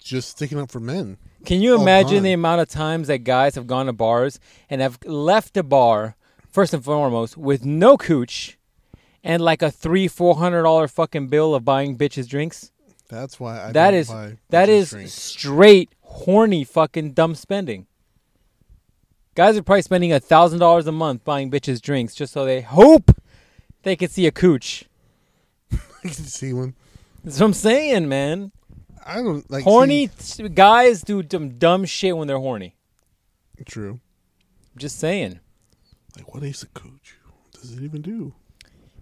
[SPEAKER 2] just sticking up for men.
[SPEAKER 1] Can you
[SPEAKER 2] Oh,
[SPEAKER 1] imagine the
[SPEAKER 2] man.
[SPEAKER 1] amount of times that guys have gone to bars and have left a bar first and foremost with no cooch and like a three four hundred dollar fucking bill of buying bitches drinks?
[SPEAKER 2] That's why I
[SPEAKER 1] That
[SPEAKER 2] don't
[SPEAKER 1] is-
[SPEAKER 2] buy
[SPEAKER 1] That
[SPEAKER 2] bitches
[SPEAKER 1] is
[SPEAKER 2] drinks.
[SPEAKER 1] straight horny fucking dumb spending. Guys are probably spending a thousand dollars a month buying bitches drinks just so they hope they can see a cooch.
[SPEAKER 2] see one.
[SPEAKER 1] That's what I'm saying, man.
[SPEAKER 2] I don't like
[SPEAKER 1] horny t- guys do dumb dumb shit when they're horny.
[SPEAKER 2] see- true.
[SPEAKER 1] I'm just saying.
[SPEAKER 2] Like what is a cooch? What does it even do?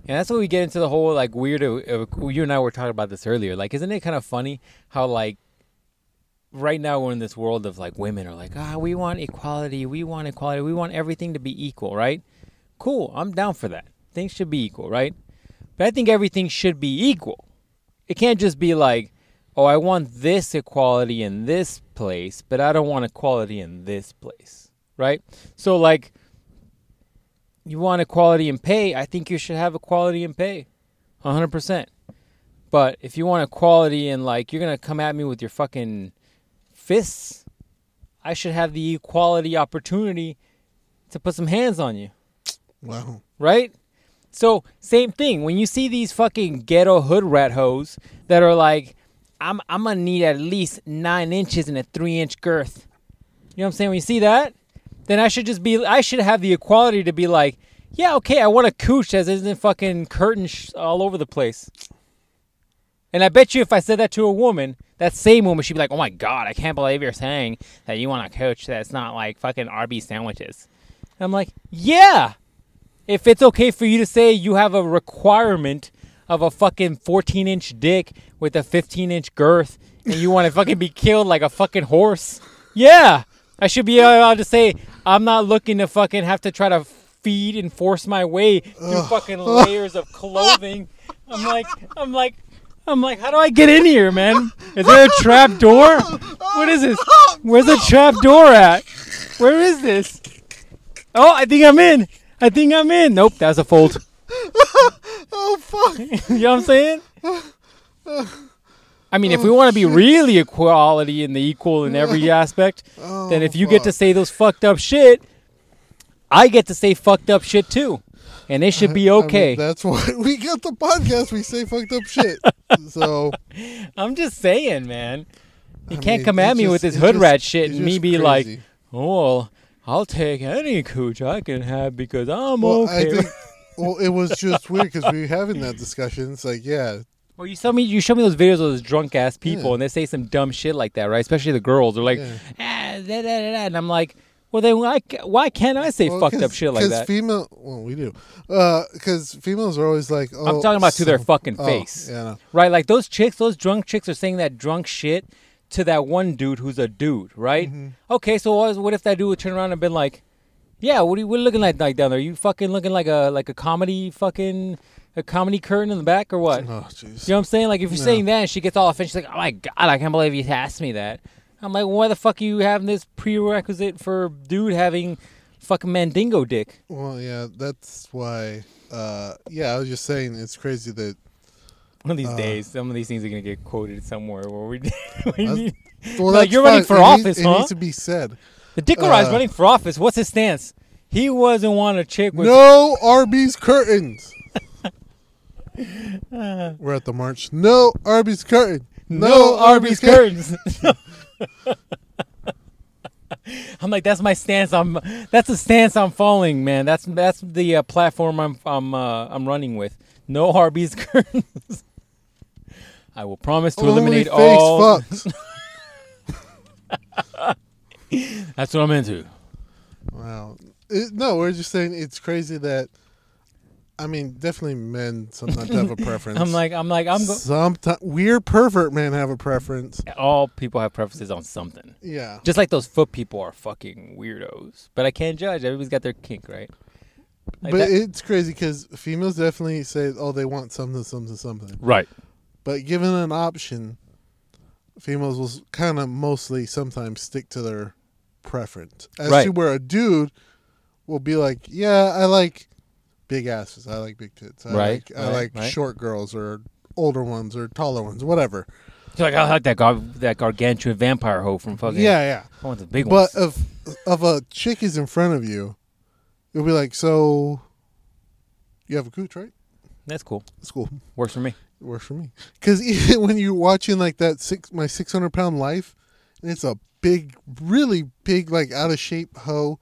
[SPEAKER 1] And that's what we get into the whole like weirdo. Uh, you and I were talking about this earlier. Like, isn't it kind of funny how like right now we're in this world of like women are like, ah, we want equality, we want equality, we want everything to be equal, right? Cool, I'm down for that. Things should be equal, right? But I think everything should be equal. It can't just be like, oh, I want this equality in this place, but I don't want equality in this place, right? So like you want equality in pay, I think you should have equality in pay. 100%. But if you want equality in, like, you're going to come at me with your fucking fists, I should have the equality opportunity to put some hands on you,
[SPEAKER 2] Wow.
[SPEAKER 1] right? So, same thing. When you see these fucking ghetto hood rat hoes that are like, I'm, I'm going to need at least nine inches and a three inch girth. You know what I'm saying? When you see that, then I should just be, I should have the equality to be like, yeah, okay, I want a cooch that isn't fucking curtain sh- all over the place. And I bet you if I said that to a woman, that same woman, she'd be like, oh my God, I can't believe you're saying that you want a cooch that's not like fucking RB sandwiches. And I'm like, yeah. If it's okay for you to say you have a requirement of a fucking 14 inch dick with a 15 inch girth and you want to fucking be killed like a fucking horse, yeah. I should be allowed to say, I'm not looking to fucking have to try to feed and force my way through fucking layers of clothing. I'm like, I'm like, I'm like, how do I get in here, man? Is there a trap door? What is this? Where's the trap door at? Where is this? Oh, I think I'm in. I think I'm in. Nope, that's a fold.
[SPEAKER 2] Oh fuck.
[SPEAKER 1] you know what I'm saying? I mean,
[SPEAKER 2] Oh,
[SPEAKER 1] if we want to be really equality and the equal in every aspect,
[SPEAKER 2] Oh,
[SPEAKER 1] then if you get to say those fucked up shit, I get to say fucked up shit too, and it should be
[SPEAKER 2] I mean,
[SPEAKER 1] okay.
[SPEAKER 2] that's why we got the podcast. We say fucked up shit. so
[SPEAKER 1] I'm just saying, man. You
[SPEAKER 2] I
[SPEAKER 1] can't
[SPEAKER 2] mean,
[SPEAKER 1] come
[SPEAKER 2] it's
[SPEAKER 1] at me
[SPEAKER 2] just-
[SPEAKER 1] with this
[SPEAKER 2] it's
[SPEAKER 1] hood
[SPEAKER 2] just-
[SPEAKER 1] rat shit
[SPEAKER 2] it's
[SPEAKER 1] and me
[SPEAKER 2] just
[SPEAKER 1] be like,
[SPEAKER 2] crazy.
[SPEAKER 1] "Oh, well, I'll take any cooch I can have because I'm
[SPEAKER 2] well,
[SPEAKER 1] okay."
[SPEAKER 2] I think, well, it was just weird because we were having that discussion. It's like, yeah,
[SPEAKER 1] Well, you show me you show me those videos of those drunk ass people,
[SPEAKER 2] Yeah.
[SPEAKER 1] and they say some dumb shit like that, right? Especially the girls. They're like,
[SPEAKER 2] Yeah.
[SPEAKER 1] ah, da, da, da, da," and I'm like, well, then why, ca- why can't I say
[SPEAKER 2] Well,
[SPEAKER 1] fucked up
[SPEAKER 2] 'cause-
[SPEAKER 1] shit like
[SPEAKER 2] 'cause
[SPEAKER 1] that?
[SPEAKER 2] Female, well, we do, because females are always like, oh,
[SPEAKER 1] I'm talking about to their
[SPEAKER 2] so-
[SPEAKER 1] fucking
[SPEAKER 2] oh,
[SPEAKER 1] face,
[SPEAKER 2] yeah, no.
[SPEAKER 1] right? Like those chicks, those drunk chicks are saying that drunk shit to that one dude who's a dude, right?
[SPEAKER 2] Mm-hmm.
[SPEAKER 1] Okay, so what, what if that dude would turn around and been like, yeah, what are you, what you looking like, like down there? You fucking looking like a like a comedy fucking a comedy curtain in the back or what?
[SPEAKER 2] Oh, jeez.
[SPEAKER 1] You know what I'm saying? Like if you're
[SPEAKER 2] No.
[SPEAKER 1] saying that, and she gets all offended. She's like, "Oh my god, I can't believe you asked me that." I'm like, "Why the fuck are you having this prerequisite for dude having fucking mandingo dick?"
[SPEAKER 2] Well, yeah, that's why. Uh, yeah, I was just saying it's crazy that.
[SPEAKER 1] One of these
[SPEAKER 2] Uh.
[SPEAKER 1] days, some of these things are gonna get quoted somewhere where we, we
[SPEAKER 2] That's-
[SPEAKER 1] need
[SPEAKER 2] Well,
[SPEAKER 1] Like,
[SPEAKER 2] that's
[SPEAKER 1] you're running for
[SPEAKER 2] fine. it needs-
[SPEAKER 1] office,
[SPEAKER 2] it
[SPEAKER 1] huh?
[SPEAKER 2] needs to be said.
[SPEAKER 1] the dick Orai's
[SPEAKER 2] Uh.
[SPEAKER 1] running for office. What's his stance? He wasn't want a chick with
[SPEAKER 2] No Arby's curtains. We're at the march. No Arby's curtain.
[SPEAKER 1] no, Arby's
[SPEAKER 2] curtain.
[SPEAKER 1] curtains. I'm like, that's my stance. I'm that's the stance I'm following, man. That's that's the uh, platform I'm I'm uh, I'm running with. No Arby's curtains. I will promise to
[SPEAKER 2] Only
[SPEAKER 1] eliminate
[SPEAKER 2] face
[SPEAKER 1] all.
[SPEAKER 2] fucks.
[SPEAKER 1] That's what I'm into.
[SPEAKER 2] Wow. It, no, we're just saying it's crazy that. I mean, definitely men sometimes have a preference.
[SPEAKER 1] I'm like I'm like I'm. Go-
[SPEAKER 2] Sometimes weird pervert men have a preference.
[SPEAKER 1] all people have preferences on something.
[SPEAKER 2] Yeah.
[SPEAKER 1] Just like those foot people are fucking weirdos. But I can't judge. Everybody's got their kink, right? Like
[SPEAKER 2] but
[SPEAKER 1] that-
[SPEAKER 2] it's crazy because females definitely say, "Oh, they want something, something, something."
[SPEAKER 1] right.
[SPEAKER 2] But given an option, females will kind of mostly sometimes stick to their preference. As
[SPEAKER 1] Right.
[SPEAKER 2] to where a dude will be like, "Yeah, I like big asses. I like big tits. I
[SPEAKER 1] Right,
[SPEAKER 2] like, I
[SPEAKER 1] right,
[SPEAKER 2] like
[SPEAKER 1] right.
[SPEAKER 2] short girls or older ones or taller ones, whatever."
[SPEAKER 1] She's like, I like that gar- that gargantuan vampire hoe from fucking.
[SPEAKER 2] Yeah, yeah.
[SPEAKER 1] I want the big one.
[SPEAKER 2] But if if a chick is in front of you, you'll be like, so you have a cooch, right?
[SPEAKER 1] That's cool.
[SPEAKER 2] It's cool.
[SPEAKER 1] Works for me.
[SPEAKER 2] It works for me. Because even when you're watching like that six, my 600 pound life, and it's a big, really big, like out of shape hoe,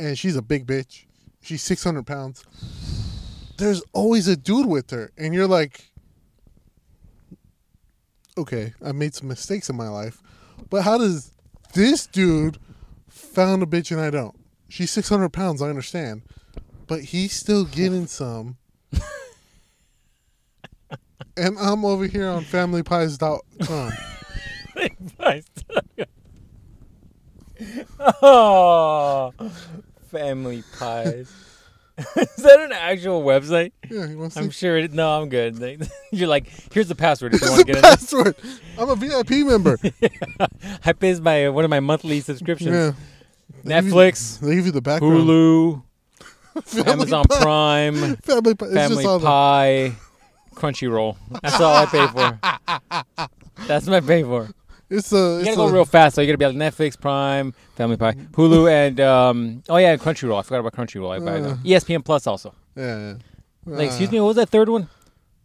[SPEAKER 2] and she's a big bitch. She's 600 pounds. There's always a dude with her, and you're like, okay, I made some mistakes in my life, but how does this dude found a bitch and I don't? She's 600 pounds, I understand, but he's still getting some. and I'm over here on familypies.com.
[SPEAKER 1] oh, family pies. Is that an actual website?
[SPEAKER 2] Yeah, he wants to
[SPEAKER 1] I'm sure it. No, I'm good. They- You're like, here's the password if you
[SPEAKER 2] It's
[SPEAKER 1] want to
[SPEAKER 2] the
[SPEAKER 1] get in.
[SPEAKER 2] password. I'm a VIP member.
[SPEAKER 1] I pays my one of my monthly subscriptions:
[SPEAKER 2] yeah.
[SPEAKER 1] Netflix,
[SPEAKER 2] They give you the background.
[SPEAKER 1] Hulu,
[SPEAKER 2] Family
[SPEAKER 1] Amazon
[SPEAKER 2] Pi-
[SPEAKER 1] Prime,
[SPEAKER 2] Family Pi- It's
[SPEAKER 1] Family
[SPEAKER 2] just all the-
[SPEAKER 1] Pie, Crunchyroll. That's all I pay for. That's what I pay for.
[SPEAKER 2] It's a.
[SPEAKER 1] You
[SPEAKER 2] It's
[SPEAKER 1] gotta go
[SPEAKER 2] a-
[SPEAKER 1] real fast, so you gotta be like Netflix, Prime, Family Pie, Hulu, and um, oh yeah, Crunchyroll. I forgot about Crunchyroll. I buy E them. ESPN Plus also.
[SPEAKER 2] Yeah. yeah.
[SPEAKER 1] Like, excuse
[SPEAKER 2] Uh,
[SPEAKER 1] me, what was that third one?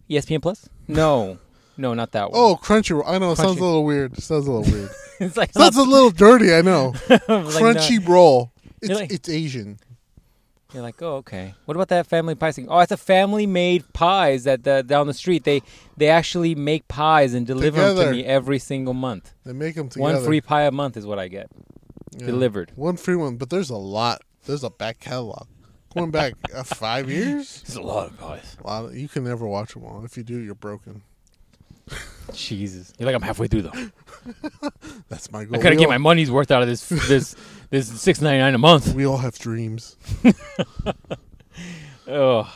[SPEAKER 1] E ESPN Plus? No, no, not that one.
[SPEAKER 2] Oh, Crunchyroll. I know. It sounds
[SPEAKER 1] Crunchy-
[SPEAKER 2] a little weird. It sounds a little weird.
[SPEAKER 1] it's like
[SPEAKER 2] sounds a little dirty. I know. Crunchy roll. It's,
[SPEAKER 1] Really?
[SPEAKER 2] it's Asian.
[SPEAKER 1] You're like, oh, okay. What about that family pie thing? Oh, it's a family-made pies that the, down the street. They they actually make pies and deliver them
[SPEAKER 2] Together.
[SPEAKER 1] to me every single month.
[SPEAKER 2] They make them together.
[SPEAKER 1] One free pie a month is what I get
[SPEAKER 2] Yeah.
[SPEAKER 1] delivered.
[SPEAKER 2] One free one, but there's a lot. There's a back catalog. Going back uh, five years.
[SPEAKER 1] It's a lot of pies.
[SPEAKER 2] A lot of, you can never watch them all. If you do, you're broken.
[SPEAKER 1] Jesus, you're like, I'm halfway through though.
[SPEAKER 2] That's my
[SPEAKER 1] I
[SPEAKER 2] goal.
[SPEAKER 1] gotta
[SPEAKER 2] We
[SPEAKER 1] get
[SPEAKER 2] all-
[SPEAKER 1] my money's worth out of this this this six ninety nine a month.
[SPEAKER 2] We all have dreams.
[SPEAKER 1] Ugh.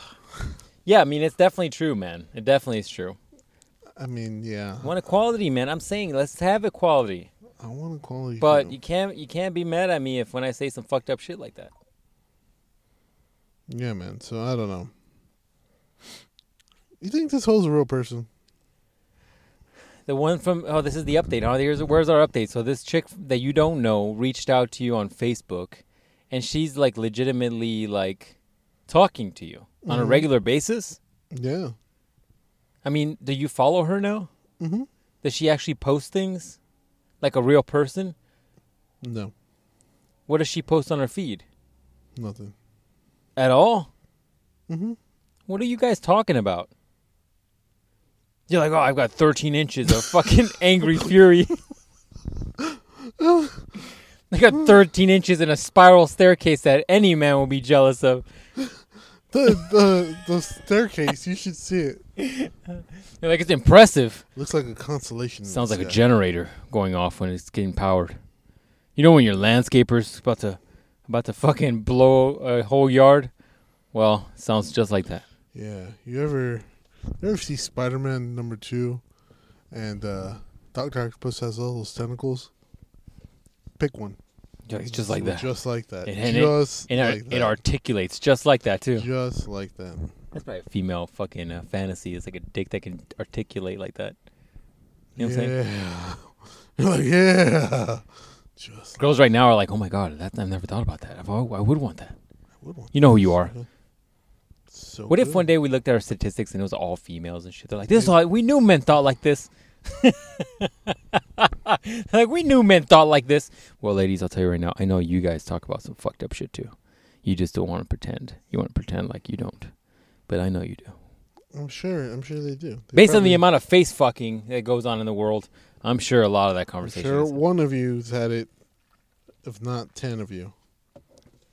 [SPEAKER 1] Yeah, I mean it's definitely true, man. It definitely is true.
[SPEAKER 2] I mean, yeah.
[SPEAKER 1] Want equality, man. I'm saying let's have equality.
[SPEAKER 2] I want to call you.
[SPEAKER 1] But you can't you can't be mad at me if when I say some fucked up shit like that.
[SPEAKER 2] Yeah, man. So I don't know. You think this hoe's a real person?
[SPEAKER 1] The one from oh, this is the update. Oh, here's where's our update. So this chick that you don't know reached out to you on Facebook, and she's like legitimately like talking to you on a
[SPEAKER 2] Mhm.
[SPEAKER 1] regular basis.
[SPEAKER 2] Yeah.
[SPEAKER 1] I mean, do you follow her now?
[SPEAKER 2] Mm-hmm.
[SPEAKER 1] Does she actually post things like a real person?
[SPEAKER 2] No,
[SPEAKER 1] What does she post on her feed
[SPEAKER 2] nothing.
[SPEAKER 1] at all?
[SPEAKER 2] Mm-hmm.
[SPEAKER 1] What are you guys talking about? You're like, oh, I've got 13 inches of fucking angry fury. I got 13 inches in a spiral staircase that any man will be jealous of.
[SPEAKER 2] The the the staircase. You should see it.
[SPEAKER 1] You're like, it's impressive.
[SPEAKER 2] Looks like a constellation. in
[SPEAKER 1] Mm, Sounds
[SPEAKER 2] the
[SPEAKER 1] like a
[SPEAKER 2] sky.
[SPEAKER 1] generator going off when it's getting powered. You know when your landscaper's about to about to fucking blow a whole yard? Well, sounds just like that.
[SPEAKER 2] Yeah. You ever you ever see Spider Man number two, and uh Doctor Octopus has all those tentacles? Pick one.
[SPEAKER 1] You're like, It's just like that.
[SPEAKER 2] Just like that.
[SPEAKER 1] And- and it-
[SPEAKER 2] just
[SPEAKER 1] And
[SPEAKER 2] like
[SPEAKER 1] it,
[SPEAKER 2] that.
[SPEAKER 1] it articulates just like that too.
[SPEAKER 2] just like that.
[SPEAKER 1] That's probably a female fucking uh, fantasy. It's like a dick that can articulate like that. You know what I'm saying?
[SPEAKER 2] yeah. You're like, yeah. Just
[SPEAKER 1] Girls right now are like, oh my god, that I've never thought about that. I've, al- I would want that.
[SPEAKER 2] I would want
[SPEAKER 1] You know who you are.
[SPEAKER 2] So
[SPEAKER 1] What if
[SPEAKER 2] good.
[SPEAKER 1] one day we looked at our statistics and it was all females and shit? They're like, this is all, we knew men thought like this. like we knew men thought like this. Well, ladies, I'll tell you right now. I know you guys talk about some fucked up shit too. You just don't want to pretend. You want to pretend like you don't, but I know you do.
[SPEAKER 2] I'm sure. I'm sure they do. They
[SPEAKER 1] Based on
[SPEAKER 2] probably-
[SPEAKER 1] the amount of face fucking that goes on in the world, I'm sure a lot of that
[SPEAKER 2] I'm
[SPEAKER 1] conversation.
[SPEAKER 2] sure
[SPEAKER 1] is-
[SPEAKER 2] one of you's had it, if not ten of you,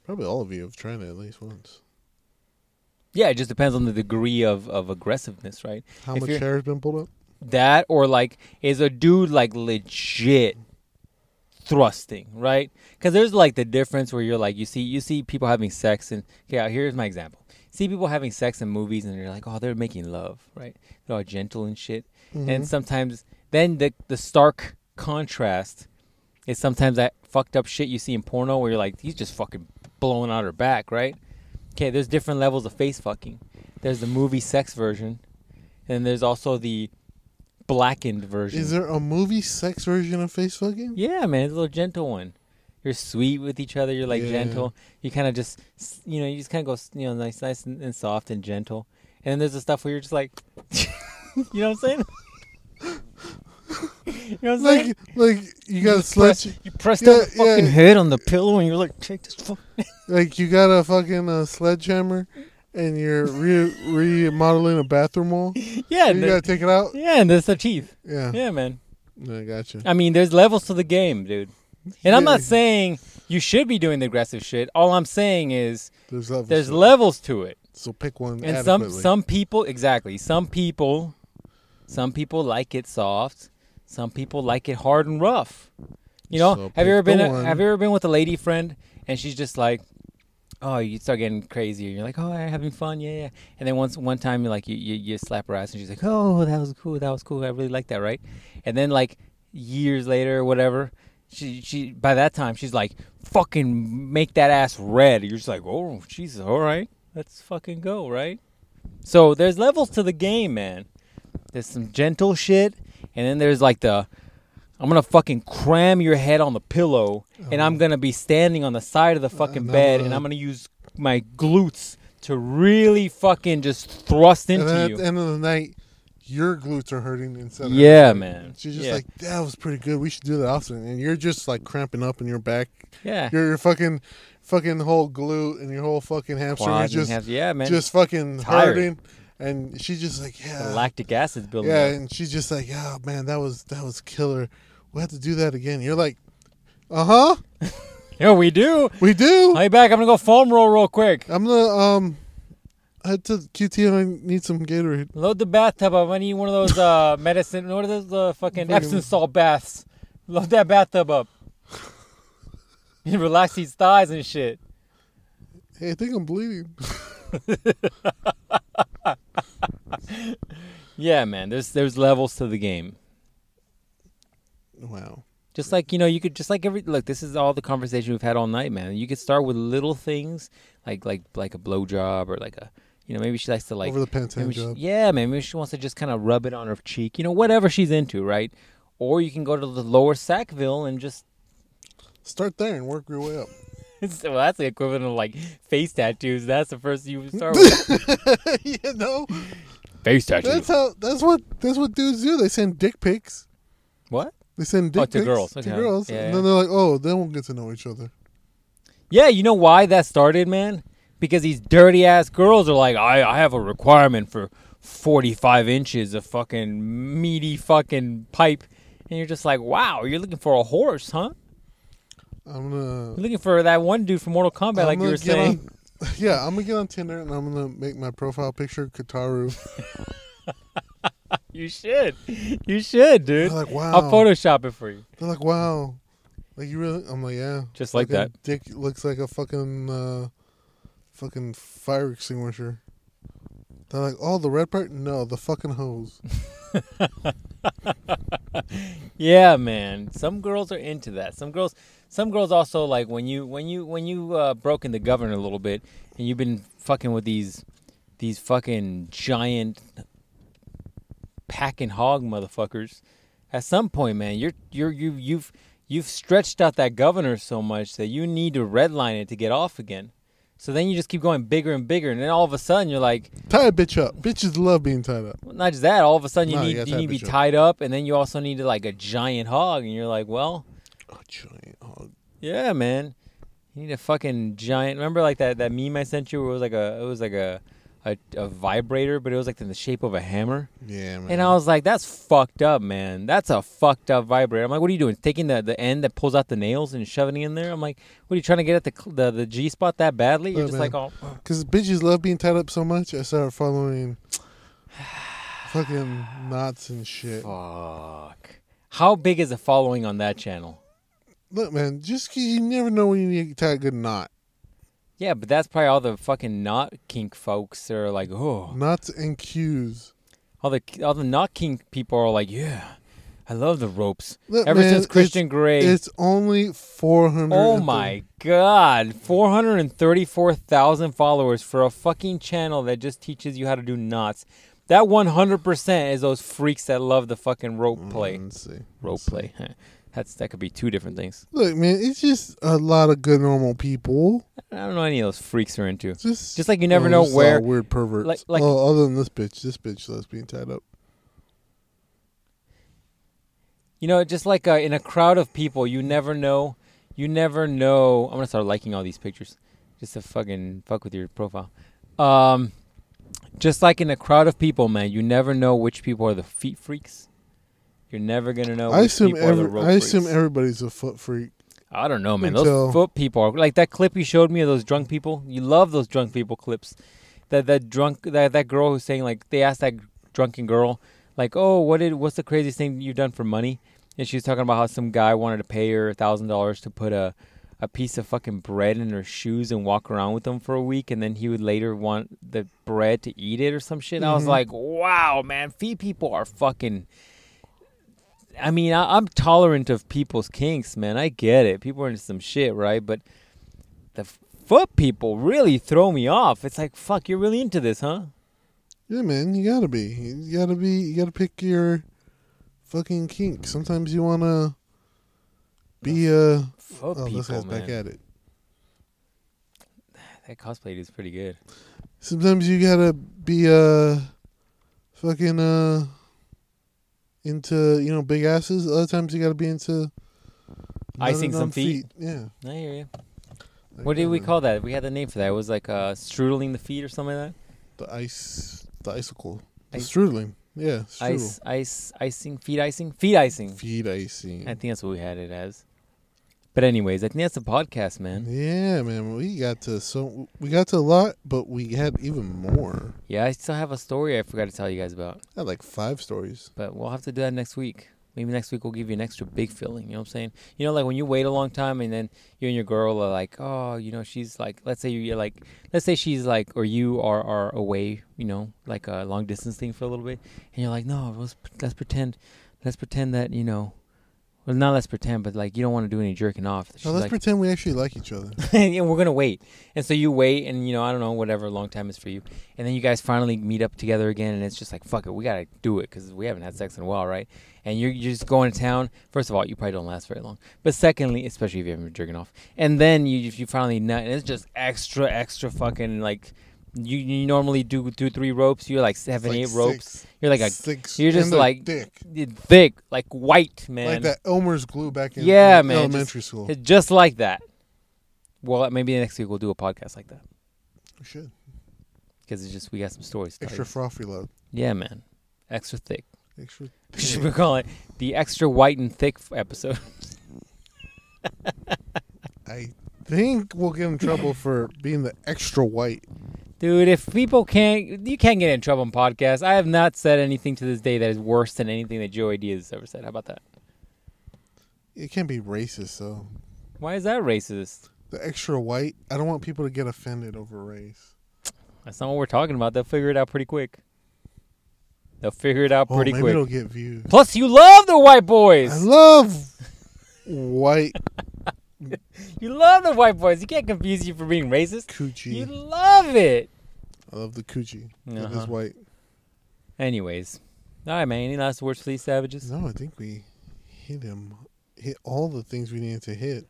[SPEAKER 2] probably all of you have tried it at least once.
[SPEAKER 1] Yeah, it just depends on the degree of, of aggressiveness, right?
[SPEAKER 2] How
[SPEAKER 1] If
[SPEAKER 2] much
[SPEAKER 1] you're-
[SPEAKER 2] hair has been pulled up?
[SPEAKER 1] That or like is a dude like legit thrusting, right? Because there's like the difference where you're like you see you see people having sex and yeah, here's my example. See people having sex in movies and they're like, oh, they're making love, right? They're all gentle and shit. And
[SPEAKER 2] Mhm.
[SPEAKER 1] sometimes then the the stark contrast is sometimes that fucked up shit you see in porno where you're like, he's just fucking blowing out her back, right? Okay, there's different levels of face fucking. There's the movie sex version, and there's also the blackened version.
[SPEAKER 2] Is there a movie sex version of face fucking?
[SPEAKER 1] Yeah, man, it's a little gentle one. You're sweet with each other. You're like
[SPEAKER 2] Yeah.
[SPEAKER 1] gentle. You kind of just, s- you know, you just kind of go, s- you know, nice, nice and, and soft and gentle. And then there's the stuff where you're just like, you know what I'm saying? you know what I'm saying?
[SPEAKER 2] Like, like you gotta
[SPEAKER 1] press,
[SPEAKER 2] slut,
[SPEAKER 1] you pressed
[SPEAKER 2] Yeah,
[SPEAKER 1] down the
[SPEAKER 2] yeah.
[SPEAKER 1] fucking head on the pillow, and you're like, take this fuck.
[SPEAKER 2] like you got a fucking uh, sledgehammer, and you're re- remodeling a bathroom wall.
[SPEAKER 1] Yeah,
[SPEAKER 2] You
[SPEAKER 1] and
[SPEAKER 2] gotta
[SPEAKER 1] the,
[SPEAKER 2] take it out.
[SPEAKER 1] yeah, and there's the teeth.
[SPEAKER 2] Yeah,
[SPEAKER 1] Yeah, man.
[SPEAKER 2] yeah, I gotcha.
[SPEAKER 1] I mean, there's levels to the game, dude. And I'm not
[SPEAKER 2] Yeah.
[SPEAKER 1] saying you should be doing the aggressive shit. All I'm saying is
[SPEAKER 2] There's levels.
[SPEAKER 1] there's
[SPEAKER 2] to it.
[SPEAKER 1] levels to it.
[SPEAKER 2] so pick one
[SPEAKER 1] and
[SPEAKER 2] adequately.
[SPEAKER 1] some some people exactly some people some people like it soft some people like it hard and rough you know
[SPEAKER 2] So
[SPEAKER 1] have you
[SPEAKER 2] pick
[SPEAKER 1] ever been
[SPEAKER 2] the
[SPEAKER 1] a-
[SPEAKER 2] one.
[SPEAKER 1] have you ever been with a lady friend and she's just like oh you start getting crazy and you're like oh I'm having fun yeah yeah and then once one time you like you, you you slap her ass and she's like oh that was cool that was cool I really like that right and then like years later or whatever she she by that time she's like fucking make that ass red you're just like oh Jesus all right let's fucking go right so there's levels to the game, man. There's some gentle shit, and then there's like the I'm gonna fucking cram your head on the pillow, and
[SPEAKER 2] Uh-huh.
[SPEAKER 1] I'm gonna be standing on the side of the fucking
[SPEAKER 2] no,
[SPEAKER 1] bed,
[SPEAKER 2] no.
[SPEAKER 1] and I'm gonna use my glutes to really fucking just thrust
[SPEAKER 2] and then
[SPEAKER 1] into
[SPEAKER 2] at
[SPEAKER 1] you.
[SPEAKER 2] the end of the night, your glutes are hurting instead. of
[SPEAKER 1] Yeah,
[SPEAKER 2] hurting.
[SPEAKER 1] man.
[SPEAKER 2] She's just
[SPEAKER 1] Yeah.
[SPEAKER 2] like, that was pretty good. We should do that often. And you're just like cramping up in your back.
[SPEAKER 1] yeah,
[SPEAKER 2] Your, your fucking, fucking whole glute and your whole fucking hamstring
[SPEAKER 1] Quads
[SPEAKER 2] is
[SPEAKER 1] and
[SPEAKER 2] just,
[SPEAKER 1] half- yeah, man.
[SPEAKER 2] just fucking
[SPEAKER 1] Tired.
[SPEAKER 2] hurting. And she's just like,
[SPEAKER 1] The
[SPEAKER 2] yeah,
[SPEAKER 1] lactic acid's building
[SPEAKER 2] yeah.
[SPEAKER 1] up.
[SPEAKER 2] And she's just like, oh man, that was that was killer. We have to do that again. You're like, uh huh,
[SPEAKER 1] Yeah, we do.
[SPEAKER 2] we do.
[SPEAKER 1] I'll be back. I'm gonna go foam roll real quick.
[SPEAKER 2] I'm gonna um, I had to QT and I need some Gatorade.
[SPEAKER 1] Load the bathtub up. I need one of those uh, medicine. What are those uh, fucking
[SPEAKER 2] Fucking-
[SPEAKER 1] Epsom salt baths? Load that bathtub up. You relax these thighs and shit.
[SPEAKER 2] Hey, I think I'm bleeding.
[SPEAKER 1] Yeah, man. There's there's levels to the game.
[SPEAKER 2] wow.
[SPEAKER 1] Just like you know, you could just like every look. This is all the conversation we've had all night, man. You could start with little things like like like a blowjob or like a you know maybe she likes to like
[SPEAKER 2] over the Pantene
[SPEAKER 1] Maybe she-
[SPEAKER 2] job.
[SPEAKER 1] yeah, man. Maybe she wants to just kind of rub it on her cheek, you know, whatever she's into, right? Or you can go to the lower Sackville and just
[SPEAKER 2] Start there and work your way up.
[SPEAKER 1] so that's the equivalent of like face tattoos. That's the first you start with.
[SPEAKER 2] you know,
[SPEAKER 1] face
[SPEAKER 2] that's how. That's what. That's what dudes do. They send dick pics.
[SPEAKER 1] What?
[SPEAKER 2] They send dick
[SPEAKER 1] Oh, to
[SPEAKER 2] pics
[SPEAKER 1] girls.
[SPEAKER 2] To
[SPEAKER 1] Okay.
[SPEAKER 2] girls,
[SPEAKER 1] Yeah,
[SPEAKER 2] and
[SPEAKER 1] yeah.
[SPEAKER 2] then they're like, "Oh, then we'll get to know each other."
[SPEAKER 1] Yeah, you know why that started, man? Because these dirty ass girls are like, I, I have a requirement for 45 inches of fucking meaty fucking pipe. And you're just like, wow, you're looking for a horse, huh?
[SPEAKER 2] I'm gonna.
[SPEAKER 1] You're looking for that one dude from Mortal Kombat,
[SPEAKER 2] I'm
[SPEAKER 1] like you
[SPEAKER 2] gonna
[SPEAKER 1] were
[SPEAKER 2] get
[SPEAKER 1] saying.
[SPEAKER 2] On, yeah, I'm gonna get on Tinder and I'm gonna make my profile picture Kataru.
[SPEAKER 1] You should. You should, dude.
[SPEAKER 2] They're like,
[SPEAKER 1] I'll
[SPEAKER 2] wow.
[SPEAKER 1] Photoshop it for you.
[SPEAKER 2] They're like, wow. Like you really? I'm like, yeah.
[SPEAKER 1] Just like
[SPEAKER 2] Fucking Dick looks like a fucking, uh, fucking fire extinguisher. They're like, oh, the red part? No, the fucking hose.
[SPEAKER 1] Yeah, man. Some girls are into that. Some girls, some girls also like when you when you when you uh, broken the governor a little bit, and you've been fucking with these these fucking giant pack and hog motherfuckers. At some point, man, you're you're you you've you've stretched out that governor so much that you need to redline it to get off again. So then you just keep going bigger and bigger, and then all of a sudden you're like,
[SPEAKER 2] Tie a bitch up. Bitches love being tied up.
[SPEAKER 1] Well, not just that. All of a sudden, you
[SPEAKER 2] No, you
[SPEAKER 1] need
[SPEAKER 2] gotta
[SPEAKER 1] you
[SPEAKER 2] tie
[SPEAKER 1] need to be
[SPEAKER 2] the joke.
[SPEAKER 1] tied up, and then you also need to like a giant hog, and you're like, well,
[SPEAKER 2] A giant hog.
[SPEAKER 1] yeah, man, you need a fucking giant. Remember like that that meme I sent you? Where it was like a it was like a a, a vibrator, but it was like in the shape of a hammer.
[SPEAKER 2] Yeah, man.
[SPEAKER 1] And uh, I was like, that's fucked up, man. That's a fucked up vibrator. I'm like, what are you doing? Taking the, the end that pulls out the nails and shoving it in there? I'm like, what are you trying to get at the cl- the, the G spot that badly? You're
[SPEAKER 2] Look,
[SPEAKER 1] just
[SPEAKER 2] man.
[SPEAKER 1] like, oh,
[SPEAKER 2] Because bitches love being tied up so much, I started following fucking knots and shit.
[SPEAKER 1] fuck. How big is the following on that channel?
[SPEAKER 2] Look, man, just 'cause you never know when you need to tie a good knot.
[SPEAKER 1] Yeah, but that's probably all the fucking not kink folks are like, oh,
[SPEAKER 2] Knots and cues.
[SPEAKER 1] all the all the not kink people are like, yeah, I love the ropes.
[SPEAKER 2] Look,
[SPEAKER 1] Ever
[SPEAKER 2] man,
[SPEAKER 1] since Christian Grey,
[SPEAKER 2] It's only 400.
[SPEAKER 1] oh my god, four hundred and thirty-four thousand followers for a fucking channel that just teaches you how to do knots. That 100% is those freaks that love the fucking rope play.
[SPEAKER 2] Let's Mm, see.
[SPEAKER 1] Rope play. That's that could be two different things.
[SPEAKER 2] Look, man, it's just a lot of good normal people.
[SPEAKER 1] I don't know any of those freaks are into.
[SPEAKER 2] Just,
[SPEAKER 1] Just like you never
[SPEAKER 2] Oh,
[SPEAKER 1] know
[SPEAKER 2] this is all
[SPEAKER 1] where.
[SPEAKER 2] weird perverts.
[SPEAKER 1] like- like-
[SPEAKER 2] oh, other than this bitch, this bitch loves being tied up.
[SPEAKER 1] You know, just like uh, in a crowd of people, you never know. You never know. I'm gonna start liking all these pictures, just to fucking fuck with your profile. Um, just like in a crowd of people, man, you never know which people are the feet freaks. You're never gonna know.
[SPEAKER 2] I
[SPEAKER 1] which
[SPEAKER 2] assume
[SPEAKER 1] people are the
[SPEAKER 2] every,
[SPEAKER 1] rope
[SPEAKER 2] I assume
[SPEAKER 1] freaks.
[SPEAKER 2] everybody's a foot freak.
[SPEAKER 1] I don't know, man.
[SPEAKER 2] until-
[SPEAKER 1] Those foot people are like that clip you showed me of those drunk people. You love those drunk people clips. That that drunk that that girl who's saying like they asked that drunken girl like, oh, what did what's the craziest thing you've done for money? And she's talking about how some guy wanted to pay her a thousand dollars to put a a piece of fucking bread in her shoes and walk around with them for a week, and then he would later want the bread to eat it or some shit. And I was
[SPEAKER 2] Mhm.
[SPEAKER 1] like, wow, man, fee people are fucking. I mean, I, I'm tolerant of people's kinks, man. I get it. People are into some shit, right? But the f- foot people really throw me off. It's like, fuck, you're really into this, huh?
[SPEAKER 2] Yeah, man, you gotta be. You gotta be. You gotta pick your fucking kink. Sometimes you wanna be a.
[SPEAKER 1] Foot
[SPEAKER 2] oh, this
[SPEAKER 1] people,
[SPEAKER 2] guy's
[SPEAKER 1] man.
[SPEAKER 2] back at it.
[SPEAKER 1] That cosplay dude's pretty good.
[SPEAKER 2] Sometimes you gotta be a fucking uh into you know big asses. Other times you gotta be into
[SPEAKER 1] Icing
[SPEAKER 2] nutting
[SPEAKER 1] some
[SPEAKER 2] on
[SPEAKER 1] feet.
[SPEAKER 2] Yeah.
[SPEAKER 1] I hear you.
[SPEAKER 2] Like,
[SPEAKER 1] What did we
[SPEAKER 2] uh,
[SPEAKER 1] call that? We had the name for that. It was like uh, strudling the feet or something like
[SPEAKER 2] the ice? The icicle. The
[SPEAKER 1] Ice-
[SPEAKER 2] strudling. Yeah.
[SPEAKER 1] that.
[SPEAKER 2] Strudel.
[SPEAKER 1] Ice, ice, icing, feet icing, feet icing.
[SPEAKER 2] Feet icing.
[SPEAKER 1] I think that's what we had it as. But anyways, I think that's the podcast,
[SPEAKER 2] Mm-hmm.
[SPEAKER 1] man.
[SPEAKER 2] Yeah, man, we got to so we got to a lot, but we had even more.
[SPEAKER 1] Yeah, I still have a story I forgot to tell you guys about,
[SPEAKER 2] I had like five stories.
[SPEAKER 1] but we'll have to do that next week. Maybe next week we'll give you an extra big feeling. You know what I'm saying? You know, like when you wait a long time and then you and your girl are like, oh, you know, she's like, let's say you're like, let's say she's like, or you are are away, you know, like a long distance thing for a little bit, and you're like, no, let's let's pretend, let's pretend that you know, well, not let's pretend, but like you don't want to do any jerking off. She's
[SPEAKER 2] Now let's
[SPEAKER 1] like,
[SPEAKER 2] pretend we actually like each other.
[SPEAKER 1] and we're gonna wait. And so you wait, and you know, I don't know, whatever long time is for you. And then you guys finally meet up together again, and it's just like, fuck it, we gotta do it because we haven't had sex in a while, right? And you're, you're just going to town. First of all, you probably don't last very long. But secondly, especially if you haven't been jerking off, and then you if you finally nut, and it's just extra, extra fucking like. You, you normally do do three ropes. You're like seven,
[SPEAKER 2] Like
[SPEAKER 1] eight ropes.
[SPEAKER 2] six-
[SPEAKER 1] You're like a
[SPEAKER 2] six
[SPEAKER 1] you're just
[SPEAKER 2] and a
[SPEAKER 1] like-
[SPEAKER 2] dick,
[SPEAKER 1] thick, like white man.
[SPEAKER 2] like that Elmer's glue back in
[SPEAKER 1] Yeah,
[SPEAKER 2] in
[SPEAKER 1] man,
[SPEAKER 2] elementary school.
[SPEAKER 1] It's just like that. Well, maybe next week we'll do a podcast like that.
[SPEAKER 2] we should
[SPEAKER 1] because it's just we got some stories. To tell you.
[SPEAKER 2] extra frothy love,
[SPEAKER 1] yeah, man, extra thick.
[SPEAKER 2] extra.
[SPEAKER 1] Should we call it the extra white and thick f- episode?
[SPEAKER 2] I think we'll get in trouble for being the extra white.
[SPEAKER 1] Dude, if people can't, you can't get in trouble on podcasts. I have not said anything to this day that is worse than anything that Joe Ideas has ever said. How about that?
[SPEAKER 2] It can't be racist though.
[SPEAKER 1] Why is that racist?
[SPEAKER 2] The extra white. I don't want people to get offended over race.
[SPEAKER 1] That's not what we're talking about. They'll figure it out pretty quick. They'll figure it out
[SPEAKER 2] Oh,
[SPEAKER 1] pretty
[SPEAKER 2] maybe
[SPEAKER 1] quick.
[SPEAKER 2] it'll get views.
[SPEAKER 1] Plus, you love the white boys.
[SPEAKER 2] I love white
[SPEAKER 1] you love the white boys. You can't confuse you for being racist.
[SPEAKER 2] coochie.
[SPEAKER 1] You love it.
[SPEAKER 2] I love the coochie. That
[SPEAKER 1] Uh-huh.
[SPEAKER 2] is white.
[SPEAKER 1] Anyways, all right, man. Any last words for these savages?
[SPEAKER 2] No, I think we hit him. Hit all the things we needed to hit.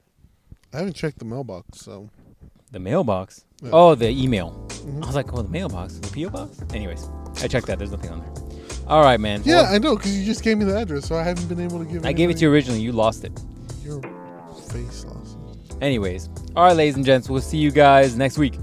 [SPEAKER 2] I haven't checked the mailbox, so
[SPEAKER 1] The mailbox.
[SPEAKER 2] Yeah.
[SPEAKER 1] Oh, the email.
[SPEAKER 2] Mhm.
[SPEAKER 1] I was like, oh, the mailbox, the PO box. Anyways, I checked that. There's nothing on there. All right, man.
[SPEAKER 2] yeah,
[SPEAKER 1] Well,
[SPEAKER 2] I know because you just gave me the address, so I haven't been able to give.
[SPEAKER 1] I, gave it to you originally. You lost it.
[SPEAKER 2] anybody Your face, Lawson.
[SPEAKER 1] Anyways, all right, ladies and gents, we'll see you guys next week.